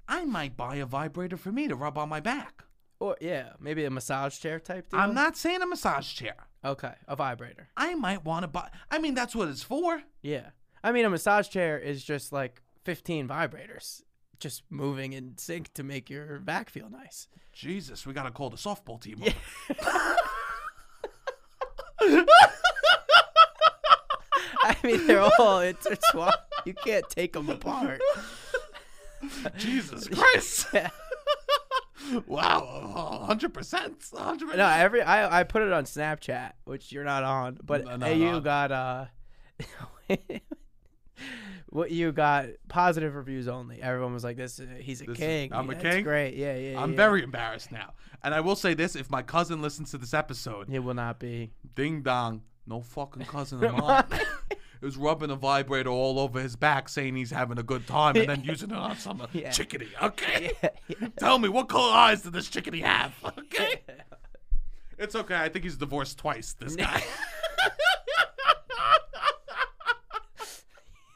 A: I might buy a vibrator for me to rub on my back.
B: Or yeah, maybe a massage chair type deal.
A: I'm not saying a massage chair.
B: Okay, a vibrator.
A: I might want to buy I mean that's what it's for.
B: Yeah. I mean, a massage chair is just like 15 vibrators just moving in sync to make your back feel nice.
A: Jesus, we gotta call the softball team. Yeah.
B: I mean, they're all intertwined. You can't take them apart.
A: Jesus Christ.
B: Yeah.
A: wow, hundred percent. hundred
B: No,
A: percent.
B: every I, I put it on Snapchat, which you're not on, but
A: No, not
B: you
A: on.
B: got uh what you got positive reviews only. Everyone was like this uh, he's a
A: This is-
B: king.
A: I'm a
B: That's
A: king?
B: Great. Yeah, yeah.
A: I'm
B: yeah.
A: very embarrassed now. And I will say this if my cousin listens to this episode,
B: It will not be.
A: Ding dong. No fucking cousin of mine. is rubbing a vibrator all over his back, saying he's having a good time, and then using it on some uh,
B: Yeah.
A: chickadee. Okay. Tell me, what color eyes did this chickadee have? Okay. It's okay. I think he's divorced twice, this guy.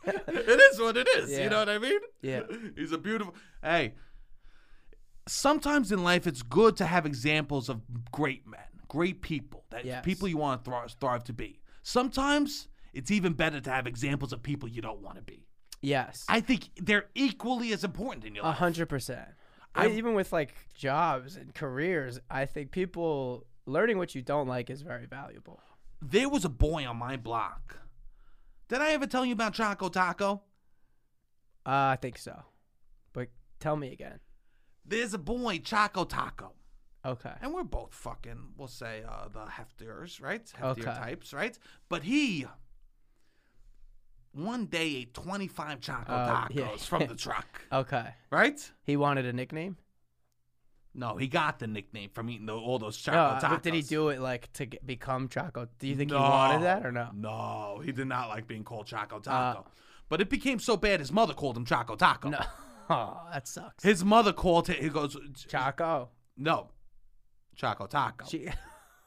A: it is what it is.
B: Yeah.
A: You know what I mean?
B: Yeah.
A: He's a beautiful. Hey, sometimes in life it's good to have examples of great men, great people, that
B: Yes.
A: people you want to thrive, thrive to be. Sometimes it's even better to have examples of people you don't want to be.
B: Yes.
A: I think they're equally as important in your
B: A
A: life.
B: hundred percent. I even with like jobs and careers, I think people learning what you don't like is very valuable.
A: There was a boy on my block. Did I ever tell you about Choco Taco?
B: Uh, I think so, but Tell me again.
A: There's a boy, Choco Taco.
B: Okay.
A: and we're both fucking we'll say uh, the heftiers right heftier
B: Okay.
A: types right but he one day ate 25 choco
B: Oh,
A: tacos
B: yeah.
A: from the truck
B: Okay.
A: right
B: He wanted a nickname.
A: no he got the nickname from eating the, all those
B: no,
A: choco
B: uh,
A: tacos
B: but did he do it like to get, become Choco? Do you think
A: no.
B: he wanted that or no? Uh.
A: no he did not like being called choco taco but it became so bad his mother called him choco taco
B: No. Oh, that sucks.
A: his mother called him he goes
B: Choco.
A: no choco taco
B: She,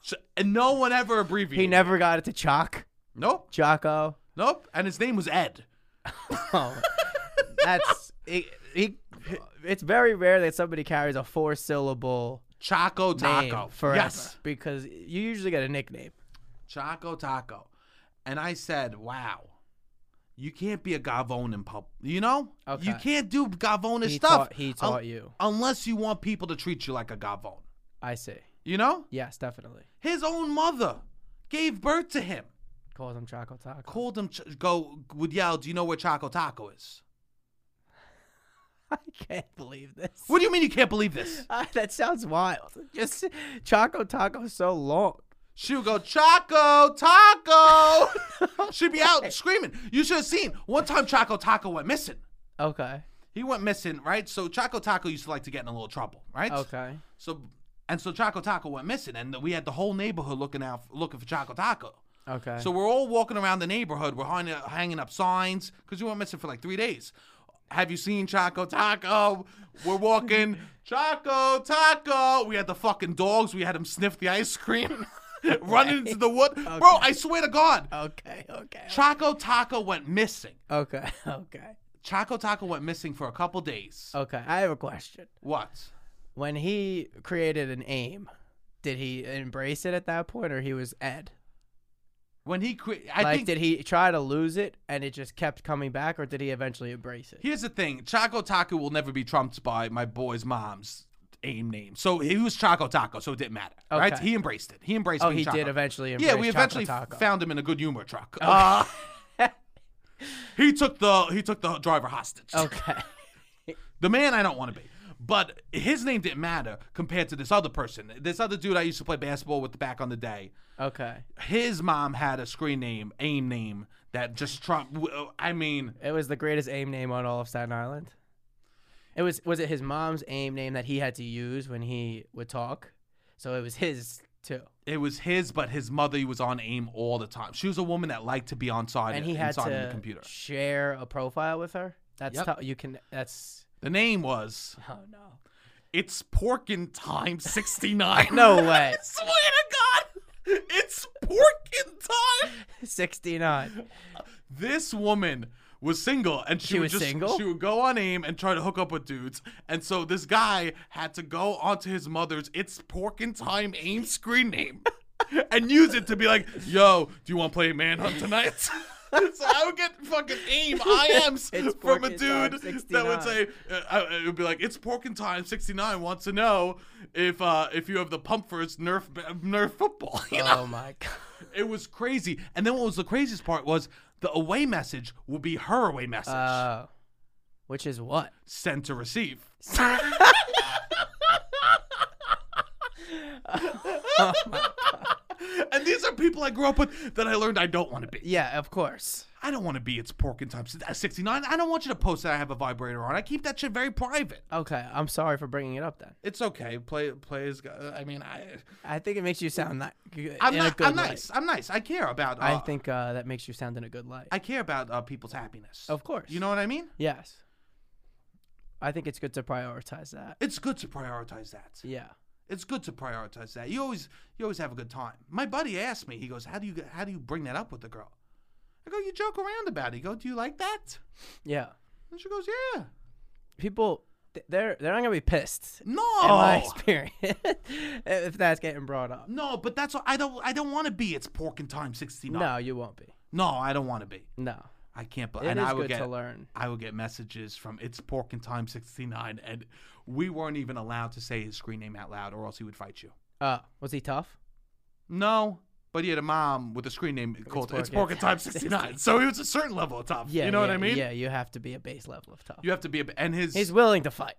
A: Ch- and no one ever abbreviated
B: he never got it to Choc.
A: nope
B: Choco.
A: nope and his name was ed
B: Oh, that's he, he. It's very rare that somebody carries a four-syllable
A: Choco
B: name
A: Taco.
B: forever
A: Yes.
B: because you usually get a nickname.
A: Choco Taco. And I said, wow, you can't be a Gavone in public. You know? You
B: Okay.
A: can't do Gavonish
B: He
A: stuff.
B: taught- he
A: un-
B: taught you.
A: Unless you want people to treat you like a Gavone.
B: I see.
A: You know?
B: Yes, definitely.
A: His own mother gave birth to him.
B: Calls him Choco Taco.
A: Called him, Ch- go, would yell, do you know where Choco Taco is?
B: I can't believe this.
A: What do you mean you can't believe this?
B: Ah, that sounds wild. Just Choco Taco is so long.
A: She would go, Choco Taco! She'd Oh, be out screaming. You should have seen. One time Choco Taco went missing.
B: Okay.
A: He went missing, right? So Choco Taco used to like to get in a little trouble, right?
B: Okay.
A: So and so Choco Taco went missing, and we had the whole neighborhood looking out looking for Choco Taco.
B: Okay.
A: So we're all walking around the neighborhood. We're hanging, hanging up signs because we went missing for like three days. Have you seen Choco Taco? We're walking Choco Taco. We had the fucking dogs. We had him sniff the ice cream, running into the wood. Bro, I swear to God,
B: okay. Okay.
A: Choco Taco went missing.
B: Okay. Okay.
A: Choco Taco went missing for a couple days.
B: Okay. I have a question.
A: What?
B: When he created an aim, did he embrace it at that point, or he was Ed?
A: When he cre- I
B: like,
A: think
B: did he try to lose it and it just kept coming back, or did he eventually embrace it?
A: here's the thing: Choco Taco will never be trumped by my boy's mom's aim name. So he was Choco Taco, so it didn't matter, right?
B: Okay.
A: He embraced it. He embraced.
B: Oh,
A: being
B: he
A: Choco.
B: did eventually embrace
A: Yeah, we eventually
B: Choco Taco. Oh.
A: found him in a good humor truck. Uh, he took the he took the driver hostage.
B: okay.
A: The man I don't want to be. But his name didn't matter compared to this other person. This other dude I used to play basketball with back on the day.
B: Okay.
A: His mom had a screen name, aim name that just trump. I mean,
B: It was the greatest aim name on all of Staten Island. It was was it his mom's aim name that he had to use when he would talk? So it was his too.
A: It was his, but his mother was on AIM all the time. She was a woman that liked to be on side
B: And he had
A: inside of the
B: to
A: computer.
B: share a profile with her. That's
A: Yep.
B: tou- you can that's
A: The name was
B: oh no.
A: It's Porkin Time 69.
B: No way.
A: I swear to God, it's Porkin Time.
B: 69.
A: This woman was single, and she,
B: She
A: would
B: was
A: just,
B: single?
A: She would go on AIM and try to hook up with dudes, and so this guy had to go onto his mother's It's Porkin Time AIM screen name. And use it to be like, yo, do you want to play manhunt tonight? so I would get fucking aim IMs
B: It's
A: from a
B: Porkin Time
A: dude that would
B: 69.
A: say, uh, uh, it would be like, it's Porkin Time 69 wants to know if uh, if you have the pump for its Nerf, Nerf football. You know?
B: Oh my god.
A: It was crazy. And then what was the craziest part was the away message would be her away message.
B: Uh, which is what?
A: send to receive. and these are people I grew up with that I learned I don't want to be.
B: Yeah, of course.
A: I don't want to be. It's pork and time. At 69, I don't want you to post that I have a vibrator on. I keep that shit very private.
B: Okay, I'm sorry for bringing it up then.
A: It's okay. Play, play is. go- I mean, I.
B: I think it makes you sound not good.
A: I'm
B: in a
A: not.
B: good
A: I'm
B: light.
A: nice. I'm nice. I care about. Uh,
B: I think uh, that makes you sound in a good light.
A: I care about uh, people's happiness.
B: of course.
A: You know what I mean?
B: Yes. I think it's good to prioritize that.
A: It's good to prioritize that.
B: Yeah.
A: it's good to prioritize that. You always you always have a good time. My buddy asked me, he goes, "How do you how do you bring that up with the girl?" I go, "You joke around about it." He go, "Do you like that?"
B: Yeah.
A: And she goes, "Yeah."
B: People th- they're they're not going to be pissed
A: No.
B: in my experience if that's getting brought up.
A: no, but that's what I don't I don't want to be. It's pork and time 69.
B: No, you won't be.
A: No, I don't want to be.
B: No.
A: I can't
B: It is
A: believe and I would
B: good
A: get
B: to learn.
A: I would get messages from It's Pork and Time 69 and we weren't even allowed to say his screen name out loud or else he would fight you.
B: Uh, was he tough?
A: No. But he had a mom with a screen name called It's
B: It's
A: Pork
B: Pork
A: and Time 69. So he was a certain level of tough.
B: Yeah,
A: you know what
B: yeah,
A: I mean?
B: Yeah, you have to be a base level of tough.
A: You have to be a. And his.
B: He's willing to fight.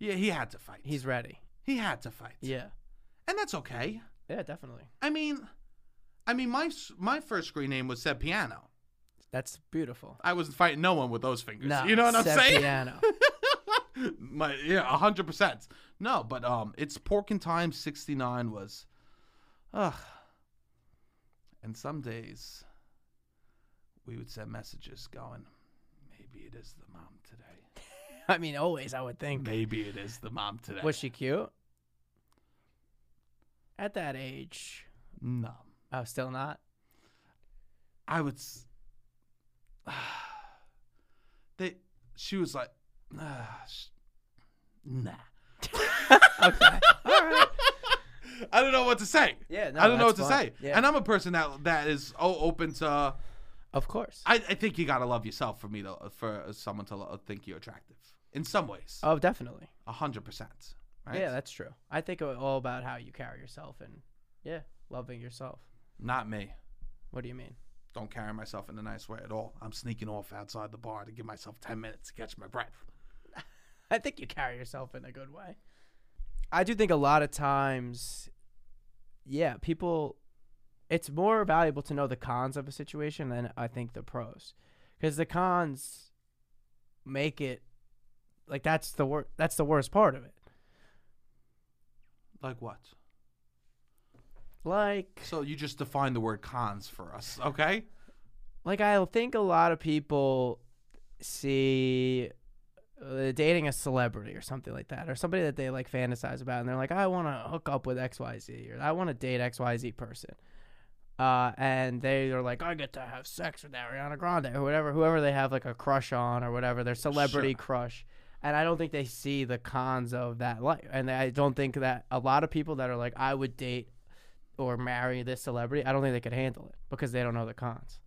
A: yeah, he had to fight.
B: He's ready.
A: he had to fight.
B: Yeah,
A: And that's okay.
B: yeah, definitely.
A: I mean, I mean, my s- my first screen name was Seb Piano.
B: That's beautiful.
A: I was fighting no one with those fingers.
B: No,
A: you know what I'm
B: Seb
A: saying?
B: Piano.
A: My yeah, hundred percent. No, but um, it's pork and time. Sixty nine was, ugh. And some days, we would send messages going, maybe it is the mom today.
B: I mean, always I would think.
A: Maybe it is the mom today.
B: Was she cute? At that age,
A: no,
B: oh, still not.
A: I would. s- they, she was like, ah, sh- nah.
B: Okay. All right.
A: I don't know what to say.
B: Yeah, no,
A: I don't know what
B: that's
A: to
B: fine.
A: say.
B: Yeah.
A: And I'm a person that that is oh, open to.
B: Of course.
A: I, I think you gotta love yourself for me to for someone to lo- think you're attractive in some ways,
B: Oh, definitely.
A: a hundred percent. Right?
B: Yeah, that's true. I think it all about how you carry yourself and yeah, loving yourself.
A: not me.
B: What do you mean?
A: Don't carry myself in a nice way at all. I'm sneaking off outside the bar to give myself ten minutes to catch my breath.
B: I think you carry yourself in a good way. I do think a lot of times, yeah, people, it's more valuable to know the cons of a situation than I think the pros, because the cons make it like that's the wor- that's the worst part of it.
A: Like what?
B: Like
A: So you just define the word cons for us, okay?
B: Oh, like I think a lot of people see uh, dating a celebrity or something like that, or somebody that they like fantasize about, and they're like, I want to hook up with X Y Z, or I want to date X Y Z person, uh, and they are like, I get to have sex with Ariana Grande or whatever, whoever they have like a crush on or whatever their celebrity
A: Sure.
B: crush. And I don't think they see the cons of that life, and I don't think that a lot of people that are like, I would date or marry this celebrity, I don't think they could handle it because they don't know the cons.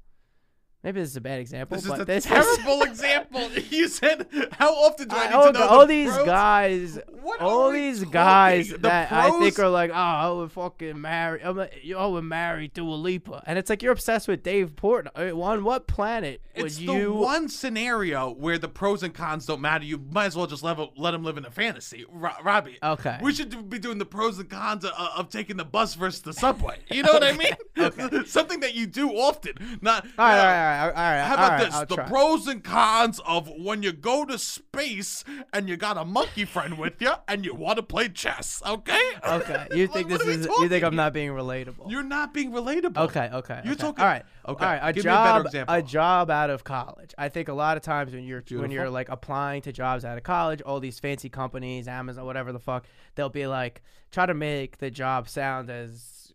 B: Maybe this is a bad example,
A: This is
B: but
A: a
B: this
A: terrible example. You said, "How often do I,
B: I,
A: need
B: all,
A: to know
B: all
A: the
B: these
A: pros?"
B: guys,
A: What
B: all
A: are we
B: these
A: talking?
B: guys
A: The
B: that I think
A: pros-
B: are like, oh, I would fucking marry, I'm like, yo, I would marry Dua Lipa, and it's like you're obsessed with Dave Portnoy. I mean, On what planet would
A: It's
B: you?
A: the one scenario where the pros and cons don't matter. You might as well just level, let them live in a fantasy, Ro- Robbie.
B: Okay.
A: We should do- be doing the pros and cons of, of taking the bus versus the subway. You know what I mean? Something that you do often. Not.
B: all right,
A: you
B: all
A: know,
B: right, all right, all right.
A: How about
B: all right,
A: this?
B: I'll
A: the
B: try.
A: pros and cons of when you go to space and you got a monkey friend with you and you want to play chess. Okay.
B: Okay, you
A: Like,
B: think
A: what
B: this
A: are we
B: is? You
A: talking
B: think I'm
A: here?
B: not being relatable?
A: You're not being relatable.
B: Okay, okay.
A: You're
B: okay.
A: talking-
B: All right.
A: okay,
B: All right. A
A: give me a better
B: job.
A: example.
B: job out of college. I think a lot of times when you're when you're
A: Beautiful.
B: like applying to jobs out of college, all these fancy companies, Amazon, whatever the fuck, they'll be like try to make the job sound as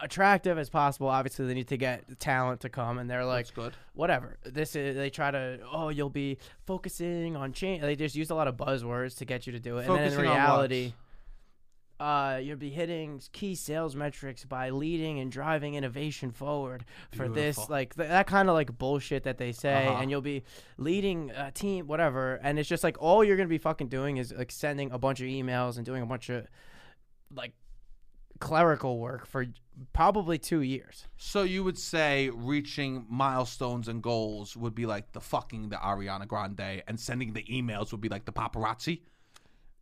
B: attractive as possible. Obviously, they need to get talent to come, and they're like,
A: That's good.
B: whatever. This is they try to oh you'll be focusing on change. They just use a lot of buzzwords to get you to do it, and then
A: Focusing
B: in
A: on what?
B: reality uh, you'll be hitting key sales metrics by leading and driving innovation forward for
A: Beautiful.
B: this, like th- that kind of like bullshit that they say,
A: Uh-huh.
B: and you'll be leading a team, whatever. And it's just like all you're gonna be fucking doing is like sending a bunch of emails and doing a bunch of like clerical work for probably two years.
A: So you would say reaching milestones and goals would be like the fucking the Ariana Grande, and sending the emails would be like the paparazzi.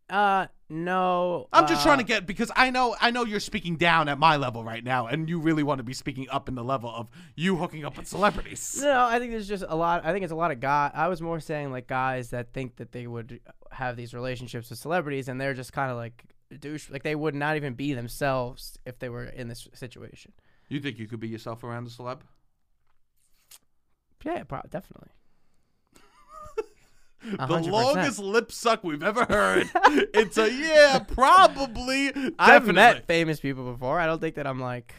B: Uh, no,
A: I'm just
B: uh,
A: trying to get because I know I know you're speaking down at my level right now, and you really want to be speaking up in the level of you hooking up with celebrities.
B: No, I think there's just a lot. I think it's a lot of guy. I was more saying like guys that think that they would have these relationships with celebrities, and they're just kind of like douche. Like they would not even be themselves if they were in this situation.
A: You think you could be yourself around a celeb?
B: Yeah, pro- definitely. A
A: The
B: hundred
A: longest
B: percent.
A: lip suck we've ever heard. it's a yeah, probably. Definitely.
B: I've met famous people before. I don't think that I'm like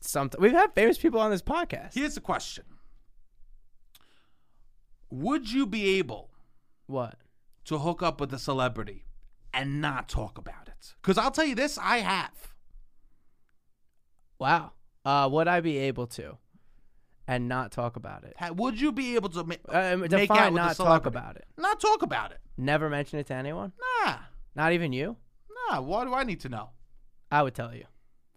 B: something. We've had famous people on this podcast.
A: Here's the question: Would you be able
B: What?
A: to hook up with a celebrity and not talk about it. Because I'll tell you this, I have.
B: Wow. Uh, would I be able to, and not talk about it?
A: Ha- Would you be able to ma-
B: Um,
A: make out
B: define
A: with a
B: not talk
A: celebrity?
B: about it.
A: Not talk about it.
B: Never mention it to anyone.
A: Nah,
B: Not even you.
A: nah. Why do I need to know?
B: I would tell you.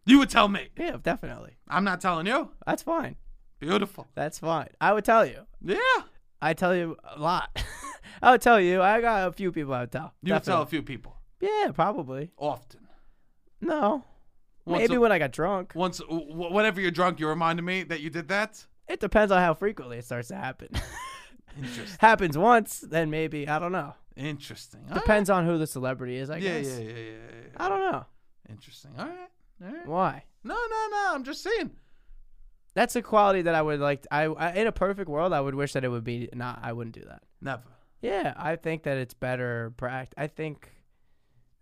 A: You would tell me.
B: Yeah, definitely.
A: I'm not telling you.
B: That's fine.
A: Beautiful.
B: That's fine. I would tell you.
A: Yeah.
B: I tell you a lot. I would tell you. I got a few people I would tell.
A: You would tell a
B: Definitely.
A: few people
B: Yeah, probably.
A: often.
B: No.
A: Once
B: Maybe
A: a-
B: when I got drunk.
A: Once, wh- whenever you're drunk, you reminded me that you did that.
B: It depends on how frequently it starts to happen.
A: Interesting.
B: Happens once, then maybe I don't know.
A: Interesting. All right.
B: Depends on who the celebrity is, I
A: Uh. Yeah,
B: guess.
A: yeah, yeah, yeah, yeah, yeah.
B: I don't know.
A: Interesting. All right. All right.
B: Why?
A: No, no, no. I'm just saying.
B: That's a quality that I would like. I, I in a perfect world, I would wish that it would be not. I wouldn't do that.
A: Never.
B: Yeah, I think that it's better practice. I think,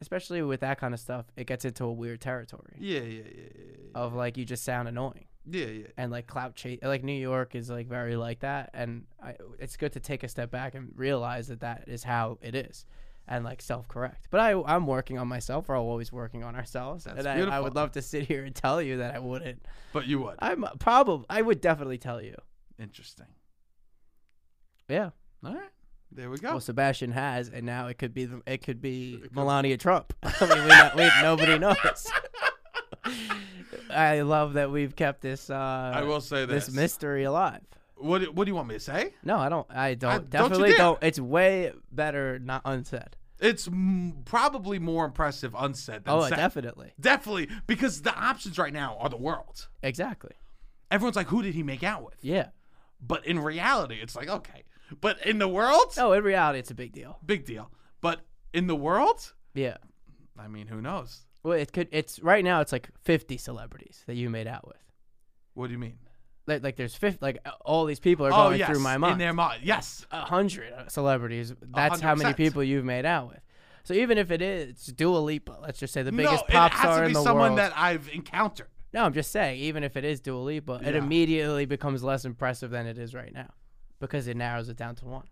B: especially with that kind of stuff, it gets into a weird territory
A: Yeah, yeah, yeah, yeah, yeah.
B: of like you just sound annoying
A: Yeah, yeah.
B: and like clout chase. Like New York is like very like that, and I, it's good to take a step back and realize that that is how it is, and like self correct. But I I'm working on myself. We're always working on ourselves,
A: That's
B: and I, I
A: beautiful.
B: would love to sit here and tell you that I wouldn't.
A: But you would.
B: I'm probably I would definitely tell you.
A: Interesting.
B: Yeah.
A: All right. There we go.
B: Well, Sebastian has, and now it could be the, it could be Melania Trump. I mean, we not, we, nobody knows. I love that we've kept this uh,
A: I will say this.
B: this mystery alive.
A: what do- What do you want me to say?
B: No, I don't. I don't.
A: don't you
B: definitely
A: dare.
B: don't. It's way better not unsaid.
A: It's m- probably more impressive unsaid than
B: Oh,
A: said.
B: definitely.
A: Definitely, because the options right now are the world.
B: Exactly.
A: Everyone's like, "Who did he make out with?"
B: Yeah.
A: But in reality, it's like, okay. But in the world,
B: No, in reality, it's a big deal.
A: big deal. But in the world,
B: Yeah.
A: I mean, who knows?
B: Well, it could. It's right now. It's like fifty celebrities that you made out with.
A: What do you mean?
B: Like, like there's fifty. Like all these people are
A: oh,
B: going
A: yes,
B: through my
A: In
B: mind.
A: their mind, yes.
B: a hundred celebrities. That's how many
A: 100%.
B: people you've made out with. So even if it is Dua Lipa, let's just say the biggest
A: no,
B: pop
A: it has
B: star
A: to
B: in
A: be
B: the
A: someone
B: world.
A: that I've encountered.
B: no, I'm just saying, even if it is Dua Lipa, it
A: Yeah.
B: immediately becomes less impressive than it is right now because it narrows it down to one.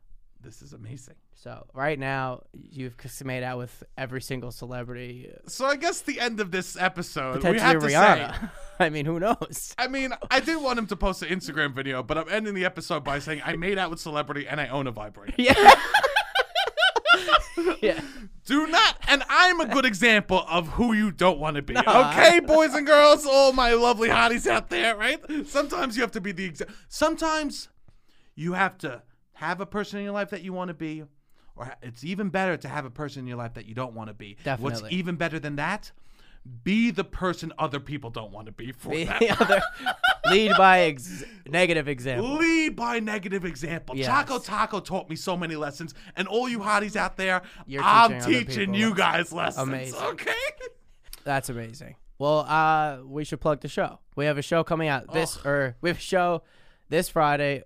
A: This is amazing.
B: So right now, you've c- made out with every single celebrity,
A: So I guess the end of this episode, we
B: potentially
A: have to say.
B: Rihanna. I mean, who knows?
A: I mean, I did want him to post an Instagram video, but I'm ending the episode by saying I made out with celebrity and I own a vibrator.
B: Yeah. yeah.
A: Do not, and I'm a good example of who you don't want to be.
B: I-
A: okay, boys and girls, all my lovely hotties out there, right? Sometimes you have to be the exa- Sometimes you have to have a person in your life that you want to be, or ha- it's even better to have a person in your life that you don't want to be. What's
B: Definitely.
A: even better than that? Be the person other people don't want to be for them.
B: The other lead by ex- negative example.
A: Lead by negative example.
B: Yes.
A: Choco Taco taught me so many lessons, and all you hotties out there,
B: You're
A: I'm
B: teaching other
A: teaching
B: people
A: you
B: lessons.
A: guys lessons.
B: Amazing.
A: Okay.
B: That's amazing. Well, uh, we should plug the show. We have a show coming out this or we have a show this Friday.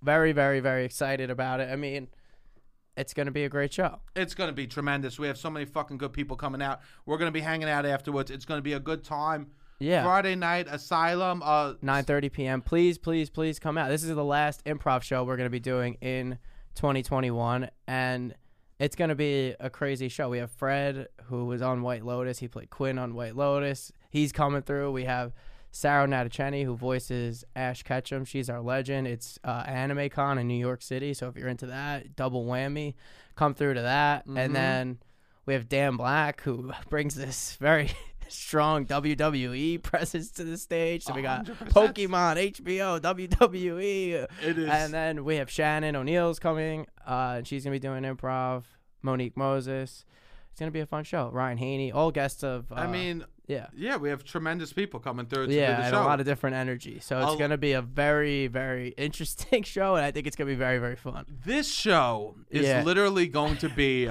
B: Very, very, very excited about it. I mean, it's gonna be a great show.
A: It's gonna be tremendous. We have so many fucking good people coming out. We're gonna be hanging out afterwards. It's gonna be a good time.
B: Yeah.
A: Friday night, Asylum. Uh,
B: 9:30 p.m. Please, please, please come out. This is the last improv show we're gonna be doing in 2021, and it's gonna be a crazy show. We have Fred, who was on White Lotus. He played Quinn on White Lotus. He's coming through. We have Sarah Natacheni, who voices Ash Ketchum. She's our legend. It's uh, AnimeCon in New York City, so if you're into that, double whammy, come through to that. And then we have Dan Black, who brings this very strong WWE presence to the stage. So we got
A: 100%.
B: Pokemon, HBO, WWE.
A: It is-
B: E. And then we have Shannon O'Neill's coming, uh, and she's going to be doing improv. Monique Moses. It's going to be a fun show. Ryan Haney, all guests of. Uh,
A: I mean,
B: yeah.
A: yeah, we have tremendous people coming through to do
B: Yeah,
A: the
B: and
A: show.
B: a lot of different energy. So it's
A: I'll-
B: going to be a very, very interesting show, and I think it's going to be very, very fun.
A: this show is
B: Yeah.
A: literally going to be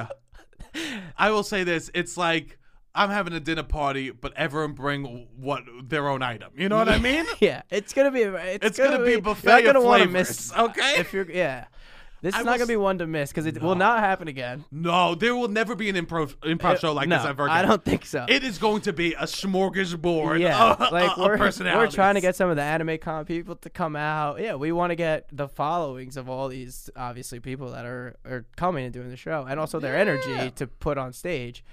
A: I will say this, it's like I'm having a dinner party, but everyone bring what their own item. You know what I mean?
B: Yeah, it's going to be. a- It's,
A: It's gonna be buffet
B: You're not
A: of
B: gonna wanna
A: flavors,
B: miss.
A: okay?
B: If you're, yeah, this
A: I
B: is
A: will
B: not going
A: s-
B: to be one to miss because it will not happen again.
A: No, there will never be an improv improv show like
B: Uh, no,
A: this ever again.
B: I don't think so.
A: It is going to be a smorgasbord.
B: yeah,
A: of,
B: like
A: of
B: we're we're
A: personalities.
B: trying to get some of the anime con people to come out. Yeah, we want to get the followings of all these obviously people that are are coming and doing the show, and also their
A: Yeah.
B: energy to put on stage.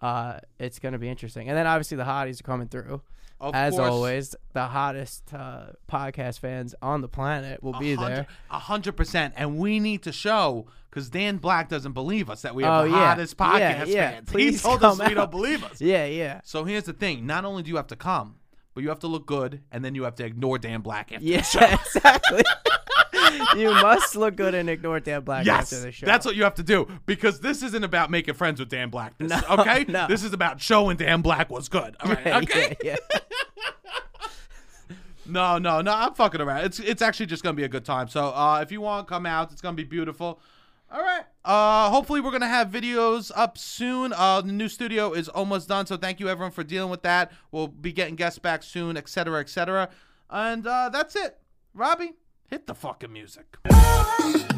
B: Uh, it's gonna be interesting, and then obviously the hotties are coming through.
A: Of
B: As
A: course.
B: always, the hottest uh, podcast fans on the planet will be
A: Hundred-
B: there.
A: a hundred percent, and we need to show because Dan Black doesn't believe us that we
B: Oh,
A: have the
B: yeah.
A: hottest podcast
B: Yeah, yeah.
A: fans.
B: Please
A: he told us
B: come
A: we don't
B: out.
A: believe us.
B: Yeah, yeah,
A: So here's the thing: not only do you have to come, but you have to look good, and then you have to ignore Dan Black after
B: Yeah,
A: the show.
B: exactly. you must look good and ignore Dan Black
A: Yes,
B: after the show.
A: that's what you have to do because this isn't about making friends with Dan Black. This, okay,
B: no.
A: this is about showing Dan Black was good. All right,
B: Yeah,
A: okay.
B: yeah, yeah.
A: No, no, no. I'm fucking around. It's it's actually just gonna be a good time. So uh, if you want, come out. It's gonna be beautiful. All right. Uh, hopefully we're gonna have videos up soon. Uh, the new studio is almost done. So thank you everyone for dealing with that. We'll be getting guests back soon, et cetera, et cetera. And uh, that's it. Robbie, hit the fucking music.
C: Thank